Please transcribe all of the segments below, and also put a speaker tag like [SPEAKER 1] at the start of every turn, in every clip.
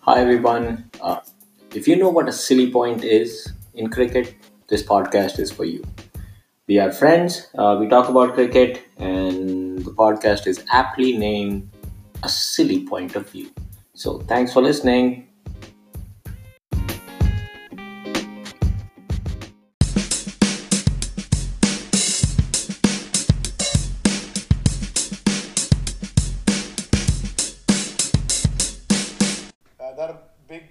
[SPEAKER 1] Hi, everyone. Uh, if you know what a silly point is in cricket, this podcast is for you. We are friends, uh, we talk about cricket, and the podcast is aptly named A Silly Point of View. So, thanks for listening.
[SPEAKER 2] The other big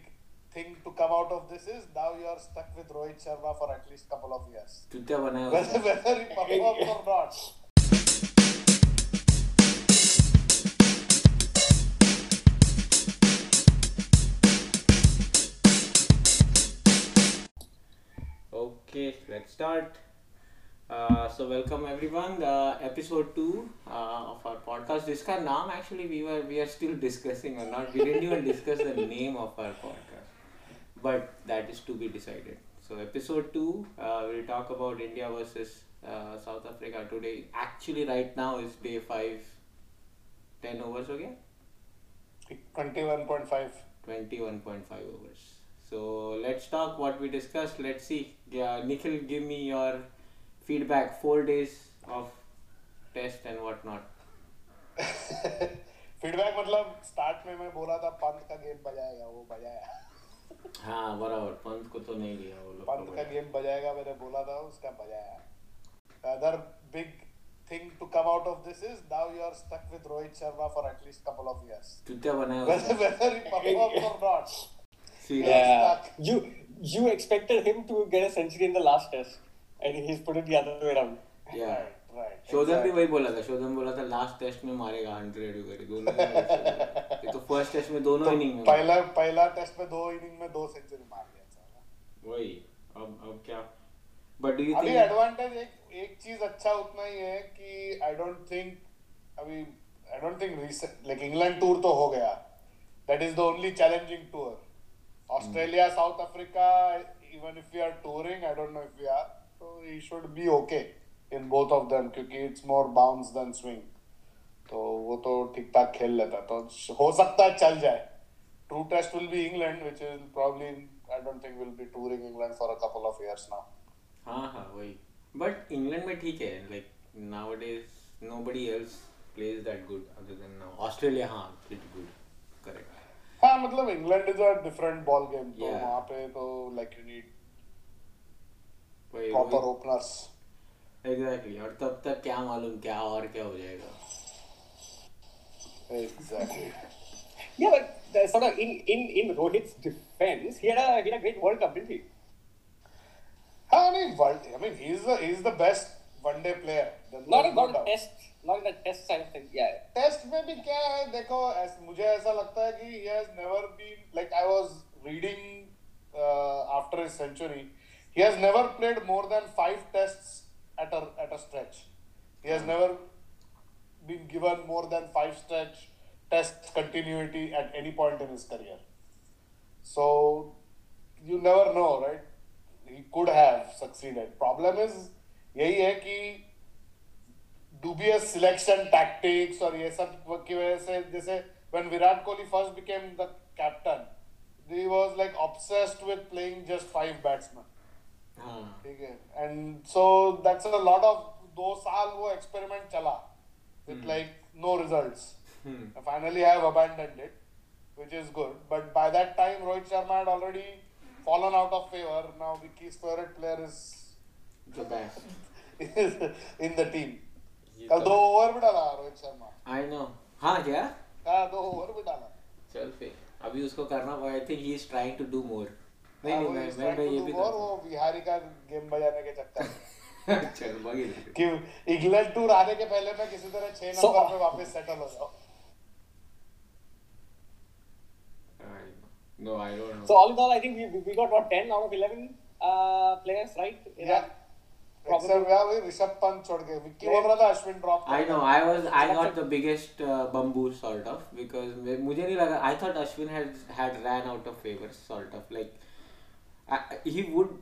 [SPEAKER 2] thing to come out of this is now you are stuck with Rohit Sharma for at least couple of years. Whether, whether he performs or not.
[SPEAKER 1] Okay, let's start. Uh, so welcome everyone. Uh, episode two uh, of our podcast. इसका नाम actually we were we are still discussing or not. We didn't even discuss the name of our podcast, but that is to be decided. So episode two, uh, we'll talk about India versus uh, South Africa today. Actually, right now is day five. Ten overs हो गया?
[SPEAKER 2] 21.5.
[SPEAKER 1] 21.5 overs. So let's talk what we discussed. Let's see. Yeah, Nikhil, give me your feedback. Four days of test and whatnot.
[SPEAKER 2] Feedback मतलब start में मैं बोला था पंत का गेंद बजाएगा वो बजाया
[SPEAKER 1] हाँ बराबर पंत को तो नहीं लिया वो
[SPEAKER 2] पंत का
[SPEAKER 1] लोग
[SPEAKER 2] गेंद बजाएगा मैंने बोला था उसका बजाया The other big thing to come out of this is now you are stuck with Rohit Sharma for at least couple of years.
[SPEAKER 1] चुतिया बनाया
[SPEAKER 2] Whether,
[SPEAKER 1] उसने
[SPEAKER 2] whether he performs or not.
[SPEAKER 1] Serious
[SPEAKER 3] Yeah. You you expected him to get a century in the last test, and he's put it the other way around.
[SPEAKER 1] या
[SPEAKER 2] Right, right.
[SPEAKER 1] शोधन भी वही बोला था शोधन बोला था लास्ट टेस्ट में मारेगा हंड्रेड वगैरह दोनों ने वैसे बोला। ये तो फर्स्ट टेस्ट में दोनों इनिंग में मारा।
[SPEAKER 2] पहला पहला टेस्ट में दो इनिंग में दो सेंचुरी मार दिया साला।
[SPEAKER 1] वही अब अब क्या बट डू यू
[SPEAKER 2] अभी
[SPEAKER 1] थिंक
[SPEAKER 2] एडवांटेज एक एक चीज अच्छा उतना ही है कि आई डोंट थिंक अभी I don't think recent like England tour तो हो गया that is the only challenging tour Australia south Africa even if you are touring I don't know if you are तो he should be okay in both of them क्योंकि it's more bounce than swing तो वो तो ठीक ठाक खेल लेता तो हो सकता है चल जाए True test will be England, which will probably I don't think will be touring England for a couple of years now.
[SPEAKER 1] हाँ हाँ वही बट इंग्लैंड में ठीक है like now days nobody else plays that good other than now Australia हाँ pretty good correct
[SPEAKER 2] हाँ मतलब England is a different ball game तो
[SPEAKER 1] Yeah.
[SPEAKER 2] वहाँ पे तो लाइक यू नीड
[SPEAKER 1] वही
[SPEAKER 2] प्रॉपर ओपनर्स
[SPEAKER 1] एग्जैक्टली और तब तक क्या मालूम क्या और क्या हो जाएगा
[SPEAKER 2] exactly
[SPEAKER 3] Yeah, but the- sort of in, in, in Rohit's defense, he had a he had a great World Cup, didn't he?
[SPEAKER 2] हाँ नहीं world I mean he is the he is the best one day player
[SPEAKER 3] Not a not a test, not in the test side of things. Yeah.
[SPEAKER 2] Test में भी क्या है देखो ऐस, मुझे ऐसा लगता है कि he has never been like I was reading uh, after his century he has never played more than five tests at a at a stretch he has never been given more than five stretch test continuity at any point in his career so you never know right he could have succeeded problem is यही है कि dubious selection tactics और ये सब की वजह से जैसे when Virat Kohli first became the captain, he was like obsessed with playing just five batsmen.
[SPEAKER 1] हाँ
[SPEAKER 2] ठीक है and so that's a lot of दो साल वो experiment चला with like no results.
[SPEAKER 1] Hmm.
[SPEAKER 2] I finally have abandoned it, which is good. But by that time, Rohit Sharma had already fallen out of favor. Now Vicky's favorite player is
[SPEAKER 1] तो best
[SPEAKER 2] is in the team.
[SPEAKER 1] ये
[SPEAKER 2] कल
[SPEAKER 1] तो-
[SPEAKER 2] दो over भी डाला Rohit Sharma
[SPEAKER 1] I know हाँ क्या
[SPEAKER 2] हाँ दो ओवर भी डाला
[SPEAKER 1] चल फिर अभी उसको करना पड़ा I think he is trying to do more नहीं
[SPEAKER 2] हाँ,
[SPEAKER 1] नहीं
[SPEAKER 2] वो
[SPEAKER 1] मैं
[SPEAKER 2] is
[SPEAKER 1] मैं
[SPEAKER 2] trying
[SPEAKER 1] मैं
[SPEAKER 2] to
[SPEAKER 1] ये
[SPEAKER 2] do
[SPEAKER 1] भी
[SPEAKER 2] more, वो बिहारी का गेम बजाने के चक्कर में।
[SPEAKER 1] कर चल बाकी
[SPEAKER 2] कि इंग्लैंड टूर आने के पहले मैं किसी तरह छह
[SPEAKER 3] So-
[SPEAKER 2] नंबर पे वापस सेटल हो जाऊं
[SPEAKER 1] no I don't know
[SPEAKER 3] So all in all, I think we, we we got what ten out of eleven uh, players, right? In
[SPEAKER 2] Yeah.
[SPEAKER 3] that probably-
[SPEAKER 2] Except यार वही ऋषभ पंत छोड़ के विक्की बोल
[SPEAKER 3] Yeah.
[SPEAKER 2] रहा था Ashwin drop
[SPEAKER 1] I know. I was. I got the biggest uh, bamboo sort of because मे- मुझे नहीं लगा. I thought Ashwin had had ran out of favor sort of like I, he would.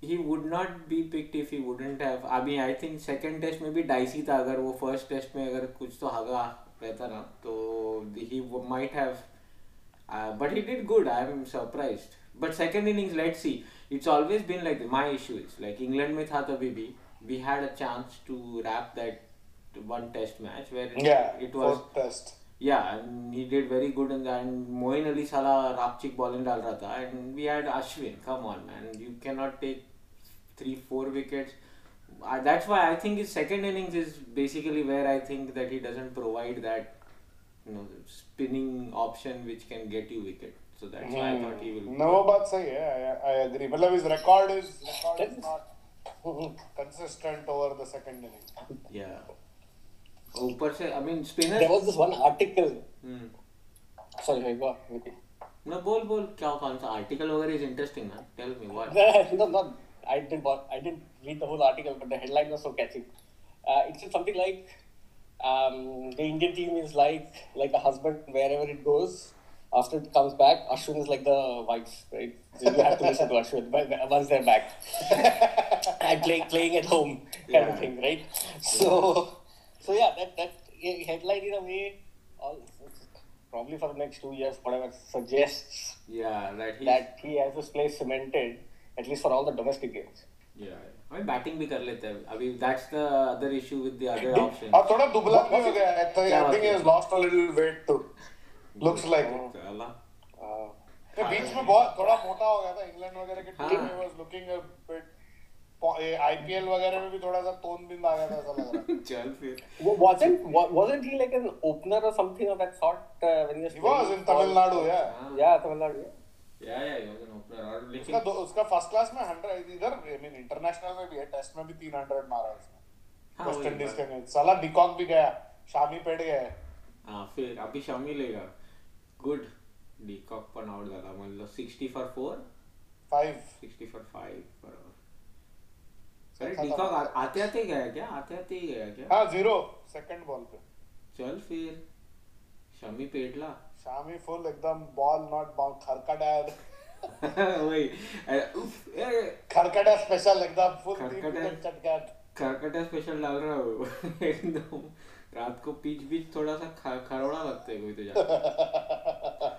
[SPEAKER 1] He would not be picked if he wouldn't have. I mean, I think second test में भी dicey था अगर वो first test में अगर कुछ तो हगा रहता ना तो he w- might have Uh, but he did good. I'm surprised. But second innings, let's see. It's always been like my issue is like England में था तभी भी we had a chance to wrap that one test match where it,
[SPEAKER 2] Yeah,
[SPEAKER 1] it was
[SPEAKER 2] fourth test.
[SPEAKER 1] yeah and he did very good in that and Moin Ali साला रापचिक bowling डाल रहा था and we had Ashwin come on man you cannot take three four wickets Uh, that's why I think his second innings is basically where I think that he doesn't provide that you know spinning option which can get you wicket so that's why I thought he will
[SPEAKER 2] No, बात सही है. I, I agree. मतलब his record is record is not consistent over the second inning.
[SPEAKER 1] yeah ऊपर से I mean spinner
[SPEAKER 3] There was this one article.
[SPEAKER 1] Hmm.
[SPEAKER 3] Sorry, sorry, go on. Okay.
[SPEAKER 1] No, बोल बोल क्या कौन सा आर्टिकल वगैरह is interesting man tell me what
[SPEAKER 3] no, no, I didn't. wa- I didn't read the whole article, but the headline was so catchy. Uh, it said something like, um, "The Indian team is like like a husband wherever it goes. After it comes back, Ashwin is like the wife, right? So you have to listen to Ashwin but- but once they're back and play, playing at home kind of
[SPEAKER 1] Yeah.
[SPEAKER 3] thing, right? So, so yeah, that that he- headline in a way, all, probably for the next two years, whatever suggests
[SPEAKER 1] या that he
[SPEAKER 3] that he has his place cemented, at least for all the domestic games.
[SPEAKER 1] या आई batting भी कर लेते हैं अभी that's the other issue with the other option
[SPEAKER 2] अब हाँ, थोड़ा दुबला भी हो गया है. I think- I
[SPEAKER 1] क्या
[SPEAKER 2] think
[SPEAKER 1] बात
[SPEAKER 2] he
[SPEAKER 1] है?
[SPEAKER 2] has lost a little weight too. Looks like.
[SPEAKER 1] साला
[SPEAKER 3] Uh,
[SPEAKER 2] ये तो बीच में बहुत थोड़ा मोटा हो गया था इंग्लैंड वगैरह के टीम
[SPEAKER 1] हाँ।
[SPEAKER 2] में was looking a bit IPL वगैरह में भी थोड़ा सा तोन बिंद आ गया था ऐसा लग रहा
[SPEAKER 1] चल फिर
[SPEAKER 3] wa- wasn't wa- wasn't he like an opener or something of that sort uh, when he was?
[SPEAKER 2] He was
[SPEAKER 3] playing
[SPEAKER 2] in
[SPEAKER 3] for-
[SPEAKER 2] Tamil Nadu या
[SPEAKER 1] हाँ।
[SPEAKER 3] Yeah, Tamil Nadu. yeah.
[SPEAKER 1] Yeah yeah you can opener और
[SPEAKER 2] उसका
[SPEAKER 1] लेकिन
[SPEAKER 2] दो- उसका first class में 100 इधर I mean international में भी है टेस्ट में भी 300 मारा उसने
[SPEAKER 1] हाँ,
[SPEAKER 2] वेस्ट
[SPEAKER 1] वही
[SPEAKER 2] इंडीज
[SPEAKER 1] बात।
[SPEAKER 2] के मैच साला डिकॉक भी गया शामी पेट गया
[SPEAKER 1] हां हाँ, फिर अभी शमी लेगा गुड डीकॉक पण आउट झाला म्हणलं 60 फॉर 4
[SPEAKER 2] फाइव
[SPEAKER 1] 60 फॉर 5 बरोबर अरे डीकॉक आते आते ही गया क्या आते आते ही गया क्या
[SPEAKER 2] हाँ जीरो सेकंड बॉल पे
[SPEAKER 1] चल फिर शमी पेटला
[SPEAKER 2] शामी फुल एकदम बॉल नॉट बाउंड खरकटा
[SPEAKER 1] वही अरे, उफ, ए,
[SPEAKER 2] खरकटा स्पेशल एकदम फुल तीन
[SPEAKER 1] खरकटा।
[SPEAKER 2] विकेट चटकाट
[SPEAKER 1] खरकटा स्पेशल डाल रहा हो एकदम रात को पीच बीच थोड़ा सा खा- खरोड़ा लगता है कोई तो जाके।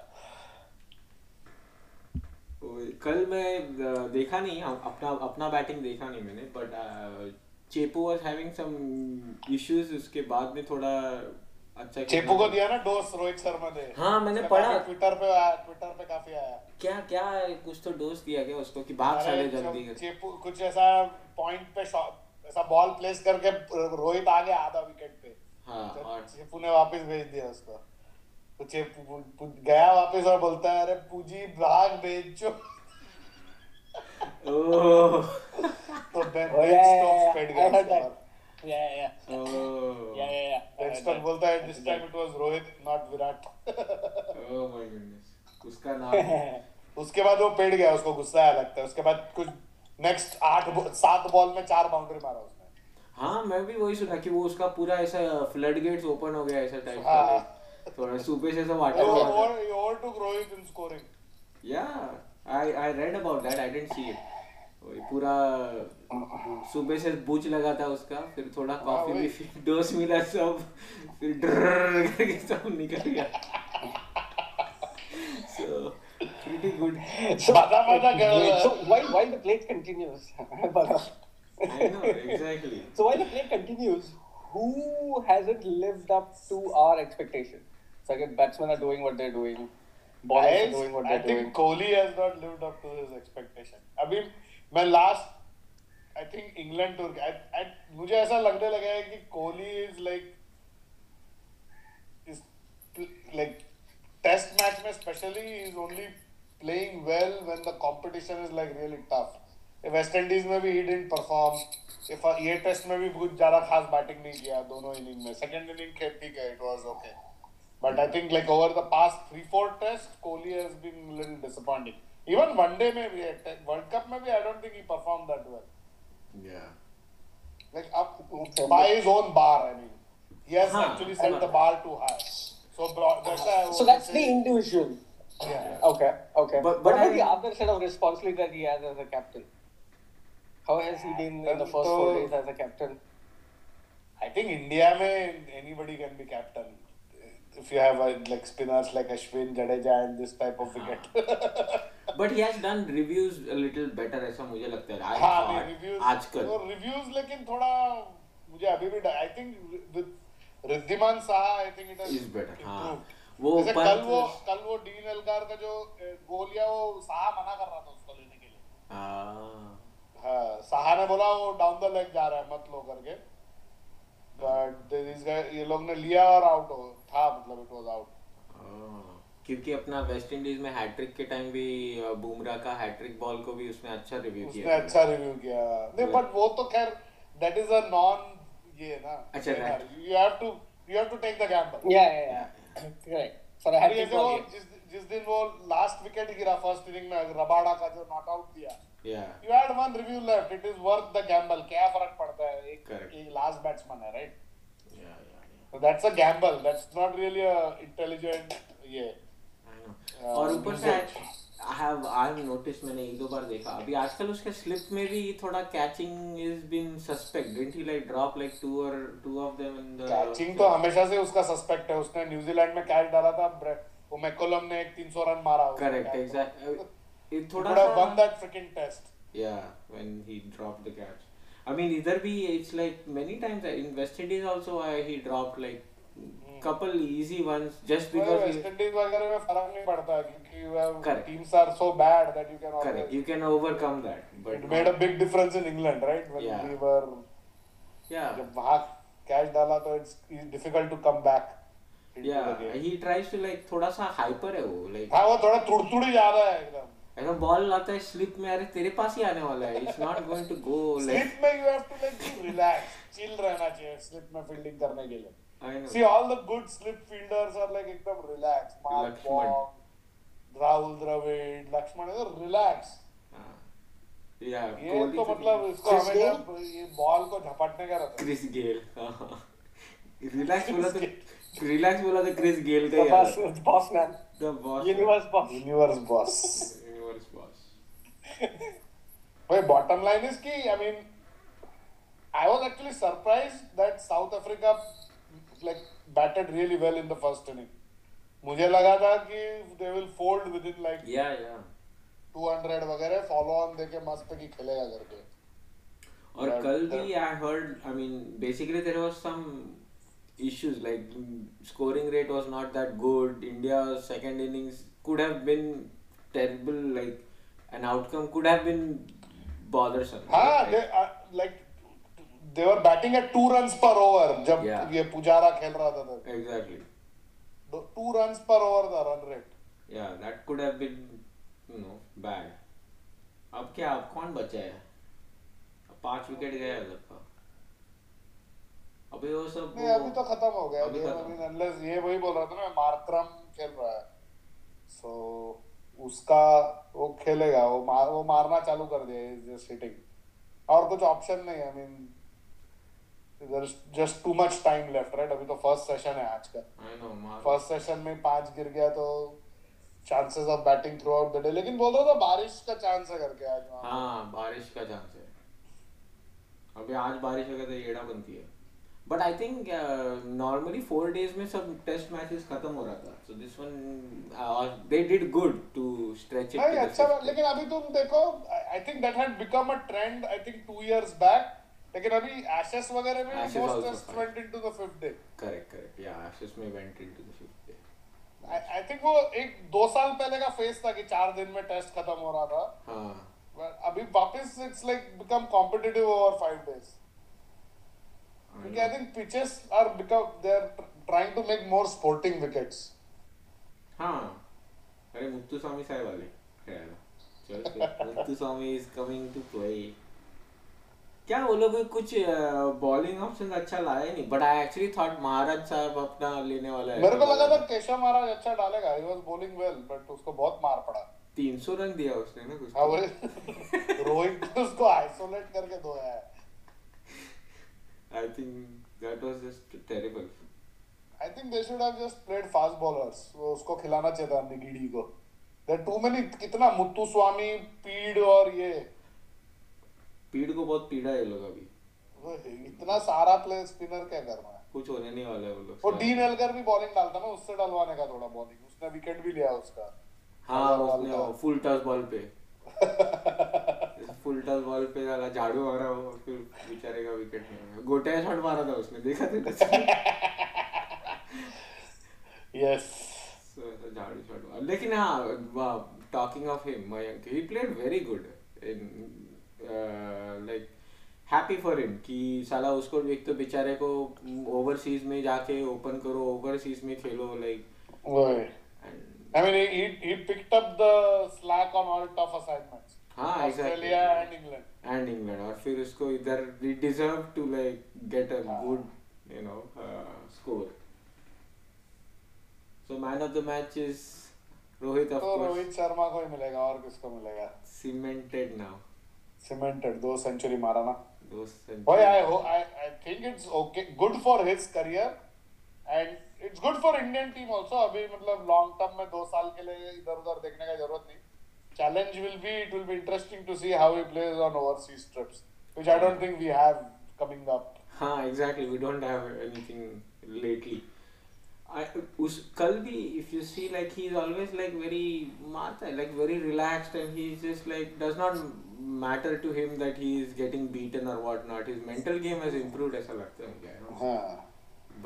[SPEAKER 1] वो- कल मैं अ, देखा नहीं अ- अपना अपना बैटिंग देखा नहीं मैंने but Chepo was having some issues उसके बाद में थोड़ा अच्छा
[SPEAKER 2] चेपू को दिया ना डोस रोहित शर्मा ने
[SPEAKER 1] हाँ, मैंने
[SPEAKER 2] उसके
[SPEAKER 1] पढ़ा।
[SPEAKER 2] काफी ट्विटर पे आया ट्विटर पे काफी आया
[SPEAKER 1] क्या क्या कुछ तो डोज दिया गया उसको कि भाग साले
[SPEAKER 2] अरे,
[SPEAKER 1] हाँ, जल्दी
[SPEAKER 2] जब
[SPEAKER 1] कर
[SPEAKER 2] चेपू कुछ ऐसा पॉइंट पे शॉट ऐसा बॉल प्लेस करके रोहित आ गया आधा विकेट पे
[SPEAKER 1] हाँ
[SPEAKER 2] तो
[SPEAKER 1] और
[SPEAKER 2] चेपू ने वापस भेज दिया उसको तो चेपू पु- पु- गया वापस और बोलता है अरे पूजी भाग तो बेचो
[SPEAKER 1] ओह
[SPEAKER 2] तो Ben
[SPEAKER 3] Oh, yeah, yeah,
[SPEAKER 2] Stokes
[SPEAKER 3] yeah,
[SPEAKER 2] फेड
[SPEAKER 3] I
[SPEAKER 2] गया
[SPEAKER 3] heard
[SPEAKER 2] उसके
[SPEAKER 3] that.
[SPEAKER 2] बाद।
[SPEAKER 3] Yeah, yeah,
[SPEAKER 1] oh
[SPEAKER 3] yeah, yeah. yeah. I
[SPEAKER 2] Ben
[SPEAKER 3] heard
[SPEAKER 2] Stokes
[SPEAKER 3] that.
[SPEAKER 2] बोलता है
[SPEAKER 3] I
[SPEAKER 2] this
[SPEAKER 3] heard
[SPEAKER 2] time
[SPEAKER 3] that.
[SPEAKER 2] It was Rohit not Virat
[SPEAKER 1] Oh my goodness. उसका नाम
[SPEAKER 2] उसके बाद वो पेड़ गया उसको गुस्सा आया लगता है उसके बाद कुछ नेक्स्ट आठ बो- सात बॉल में चार बाउंड्री मारा उसने
[SPEAKER 1] हाँ मैं भी वही सुना कि वो उसका पूरा ऐसा फ्लड गेट्स ओपन हो गया ऐसा टाइप का
[SPEAKER 2] हाँ।
[SPEAKER 1] थोड़ा सूपे से ऐसा वाटर
[SPEAKER 2] वो
[SPEAKER 1] हुआ था
[SPEAKER 2] ओवरटुक रोहित इन स्कोरिंग
[SPEAKER 1] या I I read about that I didn't see it वही पूरा सुबह से बूच लगा था उसका फिर थोड़ा कॉफी भी
[SPEAKER 2] हाँ, वही।
[SPEAKER 1] फिर डोस मिला सब फिर डर करके सब निकल गया so pretty good
[SPEAKER 3] So,
[SPEAKER 2] Bada, bada, girl.
[SPEAKER 3] wait, so while while the plate continues, Bada.
[SPEAKER 1] I know exactly
[SPEAKER 3] so while the plate continues, who hasn't lived up to our expectation? So again, batsmen are doing what they're doing, bowlers are doing what
[SPEAKER 2] I
[SPEAKER 3] they're doing.
[SPEAKER 2] Think Kohli has not lived up to his expectation अभी मैं last I think England tour मुझे ऐसा लगने लगा है कि Kohli is like is like test match में especially is only playing well when the competition is like really tough ये वेस्ट इंडीज में भी ही डिडंट परफॉर्म ये फ- ये टेस्ट में भी कुछ ज्यादा खास बैटिंग नहीं किया दोनों इनिंग में सेकंड इनिंग खेल ठीक है it was okay but I think like over the past three four test Kohli has been little disappointing even one day में भी वर्ल्ड कप में भी I don't think he perform that well
[SPEAKER 1] या
[SPEAKER 2] like up by his own bar. I mean, he has
[SPEAKER 1] Huh.
[SPEAKER 2] actually set the bar too high. So bro- that's why I
[SPEAKER 3] So
[SPEAKER 2] was
[SPEAKER 3] that's the
[SPEAKER 2] saying-
[SPEAKER 3] individual.
[SPEAKER 2] Yeah.
[SPEAKER 3] Okay, okay.
[SPEAKER 1] But-
[SPEAKER 3] But,
[SPEAKER 1] but
[SPEAKER 3] what about
[SPEAKER 1] I-
[SPEAKER 3] the other set of responsibility that he has as a captain? How has he been in the first four
[SPEAKER 2] तो-
[SPEAKER 3] days as a captain?
[SPEAKER 2] I think India में anybody can be captain. if you have a, like spinners like Ashwin, Jadeja, and this type of wicket.
[SPEAKER 1] हाँ. But he has done reviews little better ऐसा मुझे लगता है I
[SPEAKER 2] हाँ
[SPEAKER 1] thought,
[SPEAKER 2] नहीं reviews
[SPEAKER 1] आजकल
[SPEAKER 2] reviews तो लेकिन थोड़ा मुझे अभी भी I think with Riddhiman Saha I think it
[SPEAKER 1] is better हाँ वो
[SPEAKER 2] जैसे
[SPEAKER 1] पंत-
[SPEAKER 2] कल वो कल वो डीन एलगार का जो गोल लिया वो साहा मना कर रहा था उसको लेने के लिए
[SPEAKER 1] हाँ,
[SPEAKER 2] हाँ साहा ने बोला वो डाउन द लेग जा रहा है मत लो करके बट ये लोग ने लिया और आउट हो था मतलब इट वाज आउट
[SPEAKER 1] हाँ। क्योंकि अपना वेस्ट इंडीज में हैट्रिक के टाइम भी अ, बुमराह का हैट्रिक बॉल को भी उसने अच्छा रिव्यू
[SPEAKER 2] उसने
[SPEAKER 1] किया
[SPEAKER 2] अच्छा रिव्यू किया नहीं बट वो तो खैर दैट इज अ नॉन ये ना
[SPEAKER 1] अच्छा, right.
[SPEAKER 2] You have to you have to take the gamble
[SPEAKER 3] Yeah, yeah, yeah. Correct. For a happy
[SPEAKER 2] जैसे वो
[SPEAKER 3] ball,
[SPEAKER 2] जिस जिस दिन वो लास्ट विकेट गिरा फर्स्ट इनिंग में रबाड़ा का जो नॉट आउट दिया
[SPEAKER 1] या
[SPEAKER 2] you had one review left it is worth the gamble क्या फर्क पड़ता है एक
[SPEAKER 1] Correct.
[SPEAKER 2] एक लास्ट बैट्समैन है right
[SPEAKER 1] yeah yeah
[SPEAKER 2] So that's a gamble. That's not really a intelligent. Yeah.
[SPEAKER 1] I know.
[SPEAKER 2] Uh,
[SPEAKER 1] और ऊपर से
[SPEAKER 2] music.
[SPEAKER 1] I have I have notice मैंने एक दो बार देखा अभी आजकल उसके स्लिप में भी थोड़ा catching is been suspect didn't he like drop like two और two of them in the
[SPEAKER 2] catching तो हमेशा से उसका सस्पेक्ट है उसने न्यूजीलैंड में कैच डाला था ब्रे- वो मैकोलम ने एक 300 रन मारा
[SPEAKER 1] करेक्ट uh, एग्जैक्ट ये थोड़ा
[SPEAKER 2] थोड़ा
[SPEAKER 1] सा
[SPEAKER 2] one that freaking test
[SPEAKER 1] Yeah, when he dropped the catch. I mean, either be it's like many times uh, in West Indies also uh, he dropped like
[SPEAKER 2] Hmm.
[SPEAKER 1] couple easy ones just because
[SPEAKER 2] West
[SPEAKER 1] he,
[SPEAKER 2] Indies वगैरह में फर्क नहीं पड़ता क्योंकि you have
[SPEAKER 1] Correct.
[SPEAKER 2] Teams are so bad that you can
[SPEAKER 1] correct you can overcome that. But
[SPEAKER 2] it made a big difference in England right when
[SPEAKER 1] Yeah.
[SPEAKER 2] We were
[SPEAKER 1] yeah,
[SPEAKER 2] जब वहां catch डाला तो it's difficult to come back
[SPEAKER 1] yeah, he tries to like थोड़ा सा hyper है वो like
[SPEAKER 2] हाँ वो थोड़ा तुड़तुड़ी जा रहा है एकदम
[SPEAKER 1] अगर बॉल आता है स्लिप में अरे तेरे पास ही आने वाला है it's not going to go like
[SPEAKER 2] slip में you have to like relax chill रहना चाहिए स्लिप में फील्डिंग करने के लिए
[SPEAKER 1] I know
[SPEAKER 2] See, all the good slip fielders are like एकदम relaxed. Mark
[SPEAKER 1] Lakshman.
[SPEAKER 2] Wong, Rahul Dravid, Lakshman is relaxed.
[SPEAKER 1] या
[SPEAKER 2] ये तो मतलब इसको
[SPEAKER 3] Chris
[SPEAKER 2] हमेशा ये बॉल को झपटने का रहता है।
[SPEAKER 1] क्रिस गेल रिलैक्स बोला तो रिलैक्स बोला तो क्रिस गेल का
[SPEAKER 3] the
[SPEAKER 1] ही
[SPEAKER 3] boss,
[SPEAKER 1] आता है।
[SPEAKER 3] the boss man,
[SPEAKER 1] The boss.
[SPEAKER 3] universe boss.
[SPEAKER 2] Universe boss.
[SPEAKER 1] Universe boss.
[SPEAKER 2] Wait, bottom line is कि I mean, I was actually surprised that South Africa like batted really well in the first inning. मुझे लगा था कि they will fold within like
[SPEAKER 1] Yeah, yeah.
[SPEAKER 2] 200 वगैरह follow on देके मस्त की खेलेगा करके
[SPEAKER 1] और
[SPEAKER 2] Yeah,
[SPEAKER 1] कल
[SPEAKER 2] yeah.
[SPEAKER 1] भी I heard I mean basically there was some issues like scoring rate was not that good india's second innings could have been terrible like an outcome could have been bothersome
[SPEAKER 2] हाँ
[SPEAKER 1] Like,
[SPEAKER 2] they like they were batting at two runs पर over जब
[SPEAKER 1] Yeah.
[SPEAKER 2] ये पुजारा खेल रहा था तो। तब
[SPEAKER 1] exactly
[SPEAKER 2] two runs पर ओवर था run rate
[SPEAKER 1] yeah that could have been you know bad अब क्या अब कौन बचा है अब पांच विकेट गया है सबका अभी वो सब
[SPEAKER 2] नहीं
[SPEAKER 1] वो-
[SPEAKER 2] अभी तो खत्म हो गया
[SPEAKER 1] अभी
[SPEAKER 2] गेम
[SPEAKER 1] खत्म।
[SPEAKER 2] अभी अनलेस ये वही बोल रहा था ना मार्करम खेल रहा है सो उसका वो खेलेगा वो मार, वो मारना चालू कर दिया जस्ट हिटिंग और कुछ ऑप्शन नहीं I mean there just too much time left right अभी तो फर्स्ट सेशन है आज का
[SPEAKER 1] I know, Mark.
[SPEAKER 2] First session में पांच गिर गया तो chances of batting throughout the day लेकिन बोल रहा था बारिश का चांस है करके आज वहाँ।
[SPEAKER 1] हाँ बारिश का चांस है अभी आज बारिश होगा तो येड़ा बनती है but I think normally four days में सब टेस्ट मैचेस खत्म हो रहा था so this one they did good to stretch it
[SPEAKER 2] नहीं अच्छा बात लेकिन अभी तुम देखो I think that had become a trend I think two years back लेकिन अभी एशेस वगैरह में
[SPEAKER 1] Ashes
[SPEAKER 2] most
[SPEAKER 1] also
[SPEAKER 2] test
[SPEAKER 1] fine.
[SPEAKER 2] Went into the fifth day
[SPEAKER 1] correct correct या आशीष में went into the fifth
[SPEAKER 2] I think वो एक दो साल पहले का फेस था कि चार दिन में टेस्ट खत्म हो रहा था
[SPEAKER 1] हाँ
[SPEAKER 2] But अभी वापस it's like become competitive over five days क्योंकि
[SPEAKER 1] Hmm।
[SPEAKER 2] I think pitches are become they are trying to make more sporting wickets
[SPEAKER 1] हाँ अरे मुत्तु स्वामी साहब वाले खेला चल फिर, मुत्तु स्वामी इज कमिंग टू प्ले क्या वो लोग कुछ बॉलिंग ऑप्शन अच्छा लाया नहीं but I actually thought Maharaj साहब अपना लेने वाला है
[SPEAKER 2] मेरे को लगा था केशव महाराज अच्छा डालेगा he was bowling well but उसको बहुत मार पड़ा
[SPEAKER 1] तीन सौ रन दिया उसने ना कुछ
[SPEAKER 2] हाँ वो रोहित ने उसको आइसोलेट करके धोया है
[SPEAKER 1] I think that was just terrible
[SPEAKER 2] I think they should have just played fast bowlers वो उसको खिलाना चाहिए था निगिडी को देयर टू मेनी कितना मुत्तु स्वामी पीड और ये
[SPEAKER 1] पीड़ को बहुत पीड़ा है ये लोग अभी
[SPEAKER 2] इतना सारा प्ले स्पिनर क्या करना है
[SPEAKER 1] कुछ होने नहीं वाला है वो
[SPEAKER 2] वो
[SPEAKER 1] लोग
[SPEAKER 2] डीन एलगर भी बॉलिंग डालता ना उससे डलवाने का थोड़ा बॉलिंग उसने विकेट भी लिया उसका
[SPEAKER 1] हाँ
[SPEAKER 2] अगर
[SPEAKER 1] उसने
[SPEAKER 2] डालता-
[SPEAKER 1] फुल टॉस बॉल पे फुल टॉस बॉल पे वाला झाड़ू आ रहा हो और फिर बेचारे का विकेट नहीं हुआ। गोटे का शॉट मारा था उसने देखा था
[SPEAKER 2] यस
[SPEAKER 1] So, झाड़ू शॉट मारा लेकिन हाँ talking of him Mayank he played very good in like happy for him कि साला उसको एक तो बेचारे को ओवरसीज में जाके ओपन करो ओवरसीज में खेलो लाइक
[SPEAKER 2] I mean, he, he picked up the slack on all tough assignments.
[SPEAKER 1] हाँ exactly.
[SPEAKER 2] Australia and England.
[SPEAKER 1] And England और फिर उसको इधर we deserve to like get a good you know
[SPEAKER 2] uh,
[SPEAKER 1] score so man of the match is Rohit of
[SPEAKER 2] तो
[SPEAKER 1] course
[SPEAKER 2] Rohit Sharma को ही मिलेगा और किसको मिलेगा
[SPEAKER 1] सीमेंटेड नाउ
[SPEAKER 2] सीमेंटेड दो सेंचुरी मारा ना Boy, I
[SPEAKER 1] दोस्त
[SPEAKER 2] hope I, I think it's okay, good for his career, and it's good for Indian team also. अभी मतलब long term में दो साल के लिए इधर उधर देखने का जरूरत नहीं. Challenge will be it will be interesting to see how he plays on overseas trips, which I don't think we have coming up.
[SPEAKER 1] हाँ exactly we don't have anything lately उस कल भी if you see like he is always like very मारता है like very relaxed and he is just like does not matter to him that he is getting beaten और what not his mental game has improved ऐसा लगता है मुझे I don't know.
[SPEAKER 2] हाँ.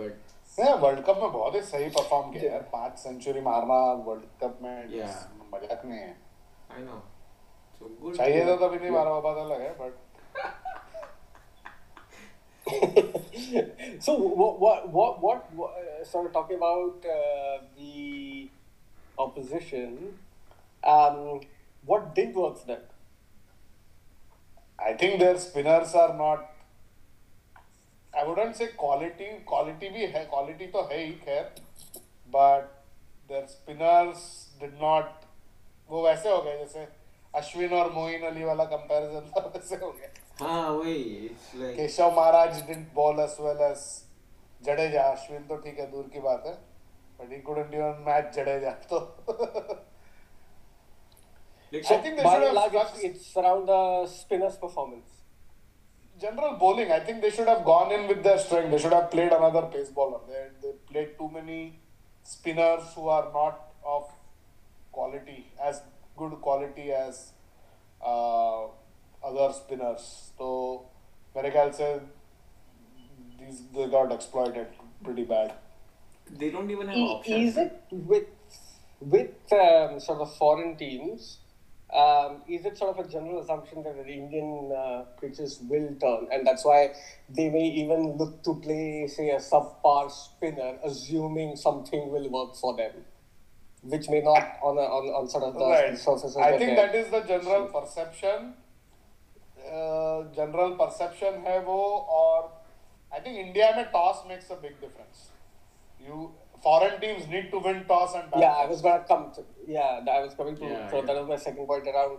[SPEAKER 1] But
[SPEAKER 2] Yeah, world cup में बहुत ही सही परफॉर्म किया यार पांच सेंचुरी मारना वर्ल्ड कप में
[SPEAKER 1] Yeah.
[SPEAKER 2] मजाक नहीं है
[SPEAKER 1] आई नो सो गुड
[SPEAKER 2] चाहिए
[SPEAKER 3] तो-
[SPEAKER 2] था तभी नहीं मारा बाबा तो अलग है बट
[SPEAKER 3] so what what what, what, what uh, sort of talking about uh, the opposition um, what did work for them
[SPEAKER 2] I think their spinners are not. I wouldn't say quality. Quality भी है quality तो है ही खैर but their spinners did not वो वैसे हो गए जैसे अश्विन और मोइन अली वाला कंपैरिजन था वैसे हो गया
[SPEAKER 1] हाँ वही it's like
[SPEAKER 2] Keshav Maharaj didn't bowl as well as Jadeja Ashwin तो ठीक है दूर की बात है but he couldn't even match Jadeja तो
[SPEAKER 3] so
[SPEAKER 2] I think they
[SPEAKER 3] by
[SPEAKER 2] should
[SPEAKER 3] and
[SPEAKER 2] have
[SPEAKER 3] large it's,
[SPEAKER 2] stuck-
[SPEAKER 3] it's around the spinner's performance
[SPEAKER 2] general bowling. I think they should have gone in with their strength. They should have played another pace bowler. They, they played too many spinners who are not of quality, as good quality as uh, other spinners. So, मेरे ख्याल से these they got exploited pretty bad.
[SPEAKER 1] They don't even have
[SPEAKER 3] I-
[SPEAKER 1] options
[SPEAKER 3] is it with with um, sort of foreign teams um, is it sort of a general assumption that the Indian uh, pitches will turn and that's why they may even look to play say a subpar spinner assuming something will work for them which may not on a, on, on sort of the
[SPEAKER 2] Right.
[SPEAKER 3] surface
[SPEAKER 2] I think that is the general perception. General perception है वो और I think India में toss makes a big difference you foreign teams need to win toss and
[SPEAKER 3] yeah i was gonna come to yeah i was coming to
[SPEAKER 1] Yeah,
[SPEAKER 3] so
[SPEAKER 1] yeah.
[SPEAKER 3] that was my second point around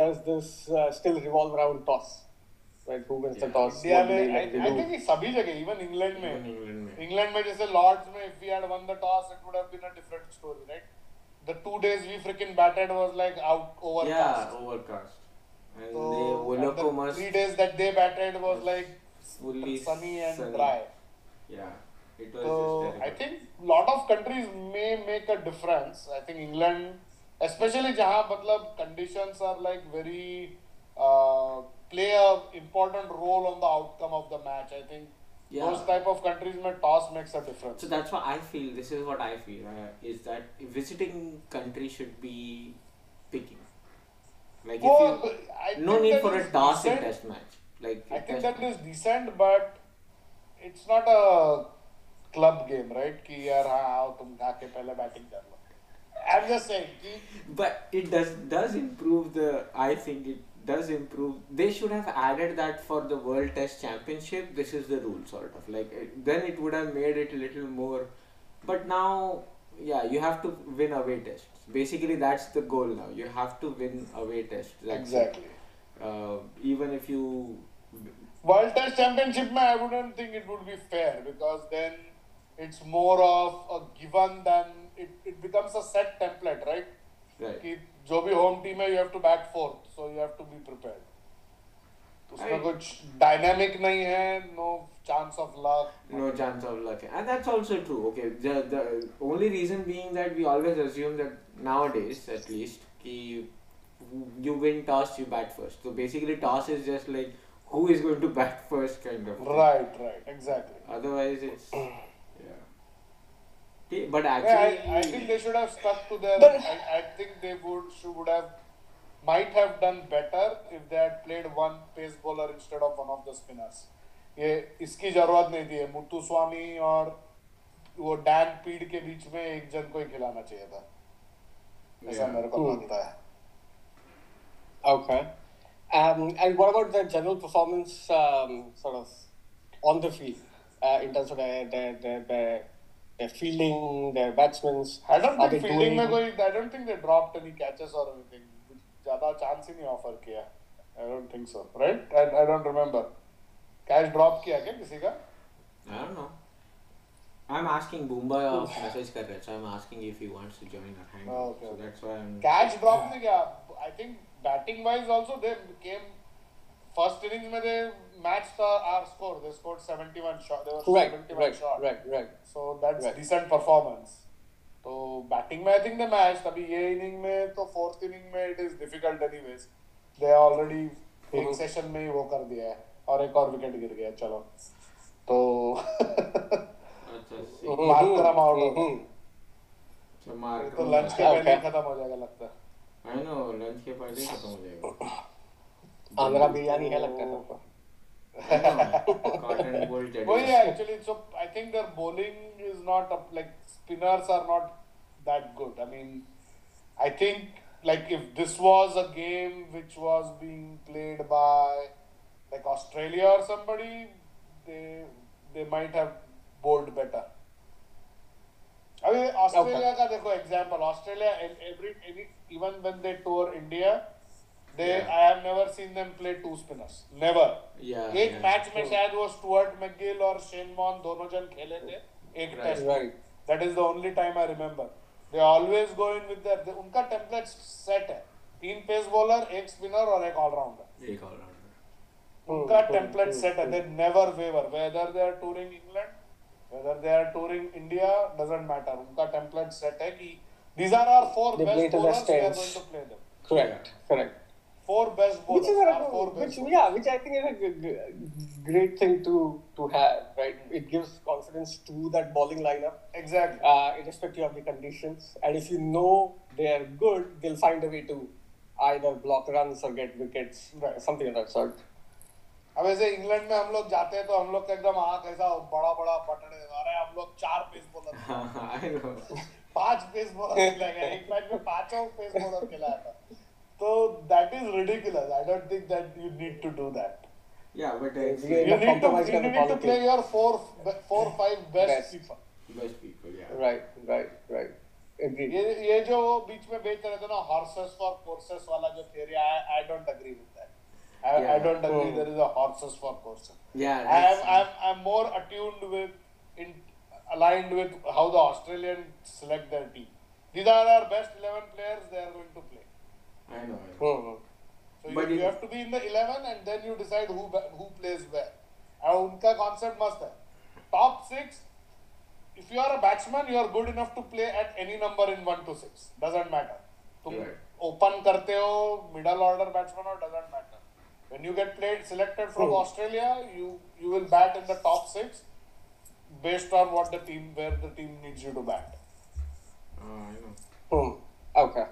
[SPEAKER 3] does this uh, still revolve around toss right who wins the
[SPEAKER 1] Yeah.
[SPEAKER 3] toss
[SPEAKER 2] India
[SPEAKER 3] what
[SPEAKER 2] में
[SPEAKER 3] do they like to
[SPEAKER 2] I
[SPEAKER 3] do?
[SPEAKER 2] Think सभी जगह even England में
[SPEAKER 1] England में
[SPEAKER 2] England में जैसे Lord's में if we had won the toss it would have been a different story right the two days we freaking batted was like out over
[SPEAKER 1] या overcast and they वो लोग को
[SPEAKER 2] three
[SPEAKER 1] मस्त
[SPEAKER 2] days that they batted was like
[SPEAKER 1] fully
[SPEAKER 2] sunny and dry
[SPEAKER 1] या it
[SPEAKER 2] So
[SPEAKER 1] was
[SPEAKER 2] I think lot of countries may make a difference. I think England, especially जहाँ मतलब conditions are like very uh, play a important role on the outcome of the match. I think
[SPEAKER 1] Yeah.
[SPEAKER 2] those type of countries में toss makes a difference.
[SPEAKER 1] So that's what I feel. This is what I feel uh, is that visiting country should be picking. Like
[SPEAKER 2] Well,
[SPEAKER 1] if you,
[SPEAKER 2] I
[SPEAKER 1] no
[SPEAKER 2] think
[SPEAKER 1] need
[SPEAKER 2] that
[SPEAKER 1] for a
[SPEAKER 2] is
[SPEAKER 1] toss in
[SPEAKER 2] decent.
[SPEAKER 1] test match. Like
[SPEAKER 2] I
[SPEAKER 1] in
[SPEAKER 2] think
[SPEAKER 1] test
[SPEAKER 2] that
[SPEAKER 1] match.
[SPEAKER 2] is decent, but it's not a club game, right? कि यार हाँ आओ तुम आके पहले batting कर लो. I'm just saying कि
[SPEAKER 1] but it does does improve the. I think it does improve. They should have added that for the World Test Championship. This is the rule, sort of. Like it, then it would have made it a little more. But now, yeah, you have to win away tests. Basically, that's the goal now. You have to win away tests. That's it.
[SPEAKER 2] exactly.
[SPEAKER 1] uh, even if you
[SPEAKER 2] World Test Championship, mein, I wouldn't think it would be fair because then it's more of a given than it, it becomes a set template, right?
[SPEAKER 1] right
[SPEAKER 2] कि जो भी home team है, you have to bat fourth, so you have to be prepared. उसमें कुछ dynamic नहीं है no chance of luck
[SPEAKER 1] No chance of luck. And that's also true. Okay, the, the only reason being that we always assume that nowadays, at least, ki you win toss, you bat first. So basically, toss is just like who is going to bat first kind of. thing.
[SPEAKER 2] Right right exactly
[SPEAKER 1] Otherwise, it's. yeah. T- But
[SPEAKER 2] I,
[SPEAKER 1] actually.
[SPEAKER 2] I think they should have stuck to their.
[SPEAKER 3] But-
[SPEAKER 2] I, I think they would should would have might have done better if they had played one pace bowler instead of one of the spinners. ये इसकी जरूरत नहीं थी मुत्तु स्वामी और वो Dan पीड के बीच में एक जन को ही खिलाना चाहिए था ऐसा
[SPEAKER 1] Yeah.
[SPEAKER 2] मेरे को
[SPEAKER 3] Hmm.
[SPEAKER 2] लगता है
[SPEAKER 3] Okay. Um, and what about the general performance, um, sort of, on the field, uh, in terms of their their their, their, their fielding, their batsmen?
[SPEAKER 2] I don't think fielding में कोई I don't think they dropped any catches और anything ज्यादा chance ही नहीं offer किया I don't think so right I don't remember catch drop किया क्या किसी का
[SPEAKER 1] I don't know. I'm asking Boomba a message कर रहा है, so I'm asking if he wants to join our hangout.
[SPEAKER 2] Oh, okay.
[SPEAKER 1] So that's why I'm.
[SPEAKER 2] Catch drop में क्या I think batting wise also they came first inning में they match the our score they scored 71 short they were
[SPEAKER 3] Right,
[SPEAKER 2] 71
[SPEAKER 3] right,
[SPEAKER 2] short
[SPEAKER 3] right, right.
[SPEAKER 2] So that's
[SPEAKER 3] Right.
[SPEAKER 2] Decent performance तो batting में I think the match तभी ये inning में तो fourth inning में it is difficult anyways they already एक
[SPEAKER 3] hmm.
[SPEAKER 2] Session में ही वो कर दिया है और एक और विकेट गिर गया चलो तो
[SPEAKER 1] Let's just see.
[SPEAKER 3] Mhm,
[SPEAKER 2] Markram out हो
[SPEAKER 3] mhm.
[SPEAKER 1] So Mark.
[SPEAKER 2] तो लंच के पहले ही
[SPEAKER 3] Okay.
[SPEAKER 2] खत्म हो जाएगा लगता है
[SPEAKER 1] I know lunch के पहले ही खत्म हो जाएगा
[SPEAKER 3] आंध्रा बिरयानी है लगता है सबको.
[SPEAKER 1] cotton wool judges.
[SPEAKER 2] Well, Oh, yeah, actually, so I think their bowling is not up, like spinners are not that good. I mean, I think like if this was a game which was being played by like Australia or somebody, they they might have bowled better. अभी Australia का देखो example Australia every even when they tour India they
[SPEAKER 1] Yeah.
[SPEAKER 2] I have never seen them play two spinners never
[SPEAKER 1] Yeah,
[SPEAKER 2] एक
[SPEAKER 1] yeah.
[SPEAKER 2] Match में शायद वो Stuart MacGill और Shane Warne दोनों जन खेले थे एक
[SPEAKER 1] Right.
[SPEAKER 2] Test
[SPEAKER 3] Right.
[SPEAKER 2] That is the only time I remember they always go in with their उनका टेम्पलेट सेट है तीन पेस बॉलर एक स्पिनर और एक ऑलराउंडर
[SPEAKER 1] एक all rounder.
[SPEAKER 2] उनका
[SPEAKER 3] Hmm,
[SPEAKER 2] टेम्पलेट
[SPEAKER 3] hmm,
[SPEAKER 2] सेट है
[SPEAKER 3] hmm.
[SPEAKER 2] They never waver whether they are touring England whether they are touring India doesn't matter उनका टेम्पलेट सेट है कि these are our four
[SPEAKER 3] They play
[SPEAKER 2] best
[SPEAKER 3] to their
[SPEAKER 2] bowlers we are going
[SPEAKER 3] strengths.
[SPEAKER 2] To play them
[SPEAKER 3] Correct. Correct.
[SPEAKER 2] Four best
[SPEAKER 3] Which is
[SPEAKER 2] bowlers are four
[SPEAKER 3] a, which
[SPEAKER 2] best
[SPEAKER 3] yeah, which I think is a g- g- great thing to to have, right? It gives confidence to that bowling lineup.
[SPEAKER 2] Exactly
[SPEAKER 3] uh, irrespective of the conditions. And if you know they are good, they'll find a way to either block runs or get wickets,
[SPEAKER 2] Right.
[SPEAKER 3] something of that sort.
[SPEAKER 2] अब ऐसे England में हम लोग जाते हैं तो हम लोग का एकदम आंख ऐसा बड़ा बड़ा पटड़े अरे हम लोग चार पेस बॉलर
[SPEAKER 1] I know.
[SPEAKER 2] पांच पेस बॉलर खिला गया एक मैच में पांचों पेस बॉलर खिलाया था तो that is ridiculous I don't think that you need to do that
[SPEAKER 1] Yeah, but uh, it's
[SPEAKER 3] Yeah,
[SPEAKER 2] you
[SPEAKER 3] yeah.
[SPEAKER 2] Need to
[SPEAKER 3] compromise
[SPEAKER 2] you
[SPEAKER 3] करने
[SPEAKER 2] need to
[SPEAKER 3] quality.
[SPEAKER 2] Play your four four five best
[SPEAKER 3] Best.
[SPEAKER 2] People
[SPEAKER 1] best people. Yeah.
[SPEAKER 3] Right, right, right. Agreed.
[SPEAKER 2] ये ये जो वो बीच में बेच रहे थे ना हॉर्सेस फॉर कोर्सेस वाला जो theory I I don't agree with that I I
[SPEAKER 1] Yeah.
[SPEAKER 2] Don't agree
[SPEAKER 3] Hmm.
[SPEAKER 2] There is a horses for courses
[SPEAKER 1] Yeah.
[SPEAKER 2] I am,
[SPEAKER 1] that's-
[SPEAKER 2] I am, I'm more attuned with, in, aligned with how the Australians select their team. These are our best 11 players they are going to play.
[SPEAKER 1] I know. I know.
[SPEAKER 3] Hmm.
[SPEAKER 2] So
[SPEAKER 1] But
[SPEAKER 2] you,
[SPEAKER 1] it-
[SPEAKER 2] you have to be in the 11 and then you decide who ba- who plays where. And उनका concept must है. Top six, if you are a batsman, you are good enough to play at any number in one to six. Doesn't matter. तुम
[SPEAKER 1] Right.
[SPEAKER 2] open करते हो, middle order batsman हो, doesn't matter. When you get played selected from
[SPEAKER 1] Oh.
[SPEAKER 3] Hmm.
[SPEAKER 2] Australia, you you will bat in the top six based on what the team where the team needs you to bat.
[SPEAKER 1] Oh, I know.
[SPEAKER 3] Hmm. Okay.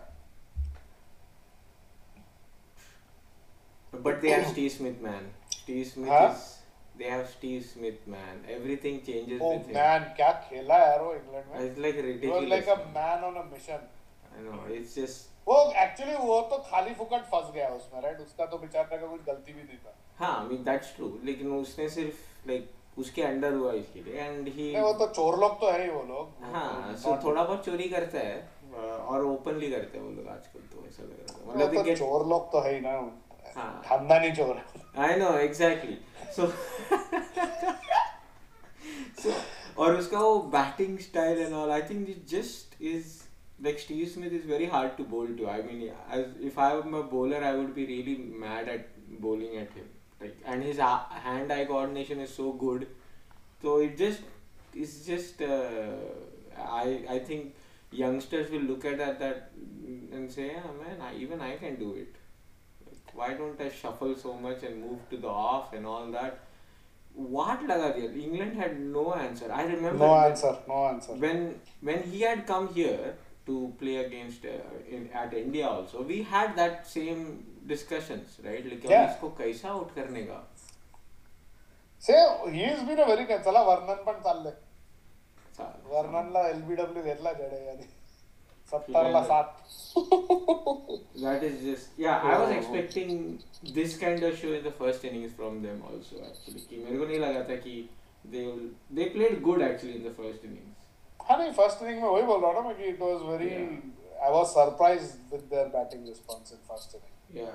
[SPEAKER 1] But they have Steve Smith, man. Steve Smith
[SPEAKER 2] Huh?
[SPEAKER 1] is. They have Steve Smith, man. Everything changes
[SPEAKER 2] Oh
[SPEAKER 1] with him.
[SPEAKER 2] man, क्या खेला यार वो England में.
[SPEAKER 1] It's like
[SPEAKER 2] He
[SPEAKER 1] ridiculous.
[SPEAKER 2] was like a man on a mission.
[SPEAKER 1] I know. It's just.
[SPEAKER 2] वो actually वो तो खाली फुकट फंस गया उसमें राइट उसका तो बेचारे का कुछ गलती भी नहीं था
[SPEAKER 1] हाँ, I mean that's true. लेकिन उसने सिर्फ like उसके अंडर हुआ इसके लिए and he.
[SPEAKER 2] नहीं वो तो चोर लोग तो है ही वो तो लोग
[SPEAKER 1] हाँ
[SPEAKER 2] Not-
[SPEAKER 1] सो थोड़ा बहुत चोरी करता है अ, और ओपनली करते हैं वो लोग आजकल तो ऐसा लग रहा है
[SPEAKER 2] वो
[SPEAKER 1] मतलब
[SPEAKER 2] तो
[SPEAKER 1] they get-
[SPEAKER 2] चोर लोग तो है ही ना
[SPEAKER 1] हाँ।
[SPEAKER 2] खानदानी चोर है
[SPEAKER 1] आई नो एग्जैक्टली सो और उसका वो batting style and all I think it just is like Steve Smith is very hard to bowl to I mean if I am a bowler I would be really mad at bowling at him Like, and his a- hand-eye coordination is so good. So it just it's just uh, I I think youngsters will look at that, that mm, and say, yeah, man, I, even I can do it. Like, why don't I shuffle so much and move to the off and all that? What laga diya? England had no answer. I remember
[SPEAKER 2] No
[SPEAKER 1] when-
[SPEAKER 2] answer. No answer.
[SPEAKER 1] when when he had come here to play against uh, in, at India also, we had that same discussions, right? Like,
[SPEAKER 2] Yeah.
[SPEAKER 1] "अब इसको कैसा out करने का?
[SPEAKER 2] से he is been a very कॅन चला वर्णन पण चाललंय
[SPEAKER 1] सा-
[SPEAKER 2] वर्णनला एलबीडब्ल्यू घेतला जडेजाने सत्तरला सात
[SPEAKER 1] That is just yeah. I was expecting this kind of show in the first innings from them also actually. कि मेरे को नहीं लगा था कि they will, they played good actually in the first innings.
[SPEAKER 2] हा नाही फर्स्ट इनिंग में वही बोल रहा हूँ ना मैं कि it was very I was surprise with their batting response in first inning
[SPEAKER 1] Yeah,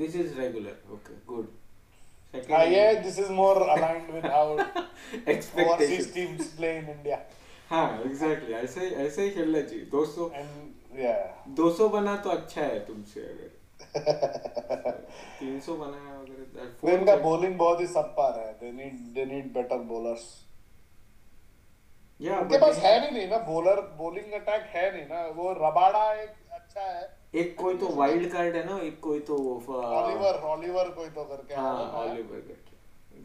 [SPEAKER 1] this is regular. Okay, good. Second,
[SPEAKER 2] Uh,
[SPEAKER 1] inning,
[SPEAKER 2] yeah, this is more aligned with how overseas
[SPEAKER 1] expectations.
[SPEAKER 2] teams play in India.
[SPEAKER 1] हाँ, exactly. ऐसे ऐसे ही खेलना चाहिए दोस्तों
[SPEAKER 2] And yeah,
[SPEAKER 1] 200 बना तो अच्छा है तुमसे अगर 300 बनाया अगर that four
[SPEAKER 2] इनका
[SPEAKER 1] set-
[SPEAKER 2] bowling बहुत ही subpar है. They need they need better bowlers.
[SPEAKER 1] Yeah,
[SPEAKER 2] उनके
[SPEAKER 1] but
[SPEAKER 2] पास
[SPEAKER 1] they-
[SPEAKER 2] है नहीं नहीं ना bowler bowling attack है नहीं ना वो रबाडा एक अच्छा है
[SPEAKER 1] एक कोई तो वाइल्ड कार्ड है ना एक कोई तो
[SPEAKER 3] हाँ।
[SPEAKER 2] ऑलिवर ऑलिवर कोई तो करके
[SPEAKER 1] हाँ
[SPEAKER 2] आता है.
[SPEAKER 1] ऑलिवर करके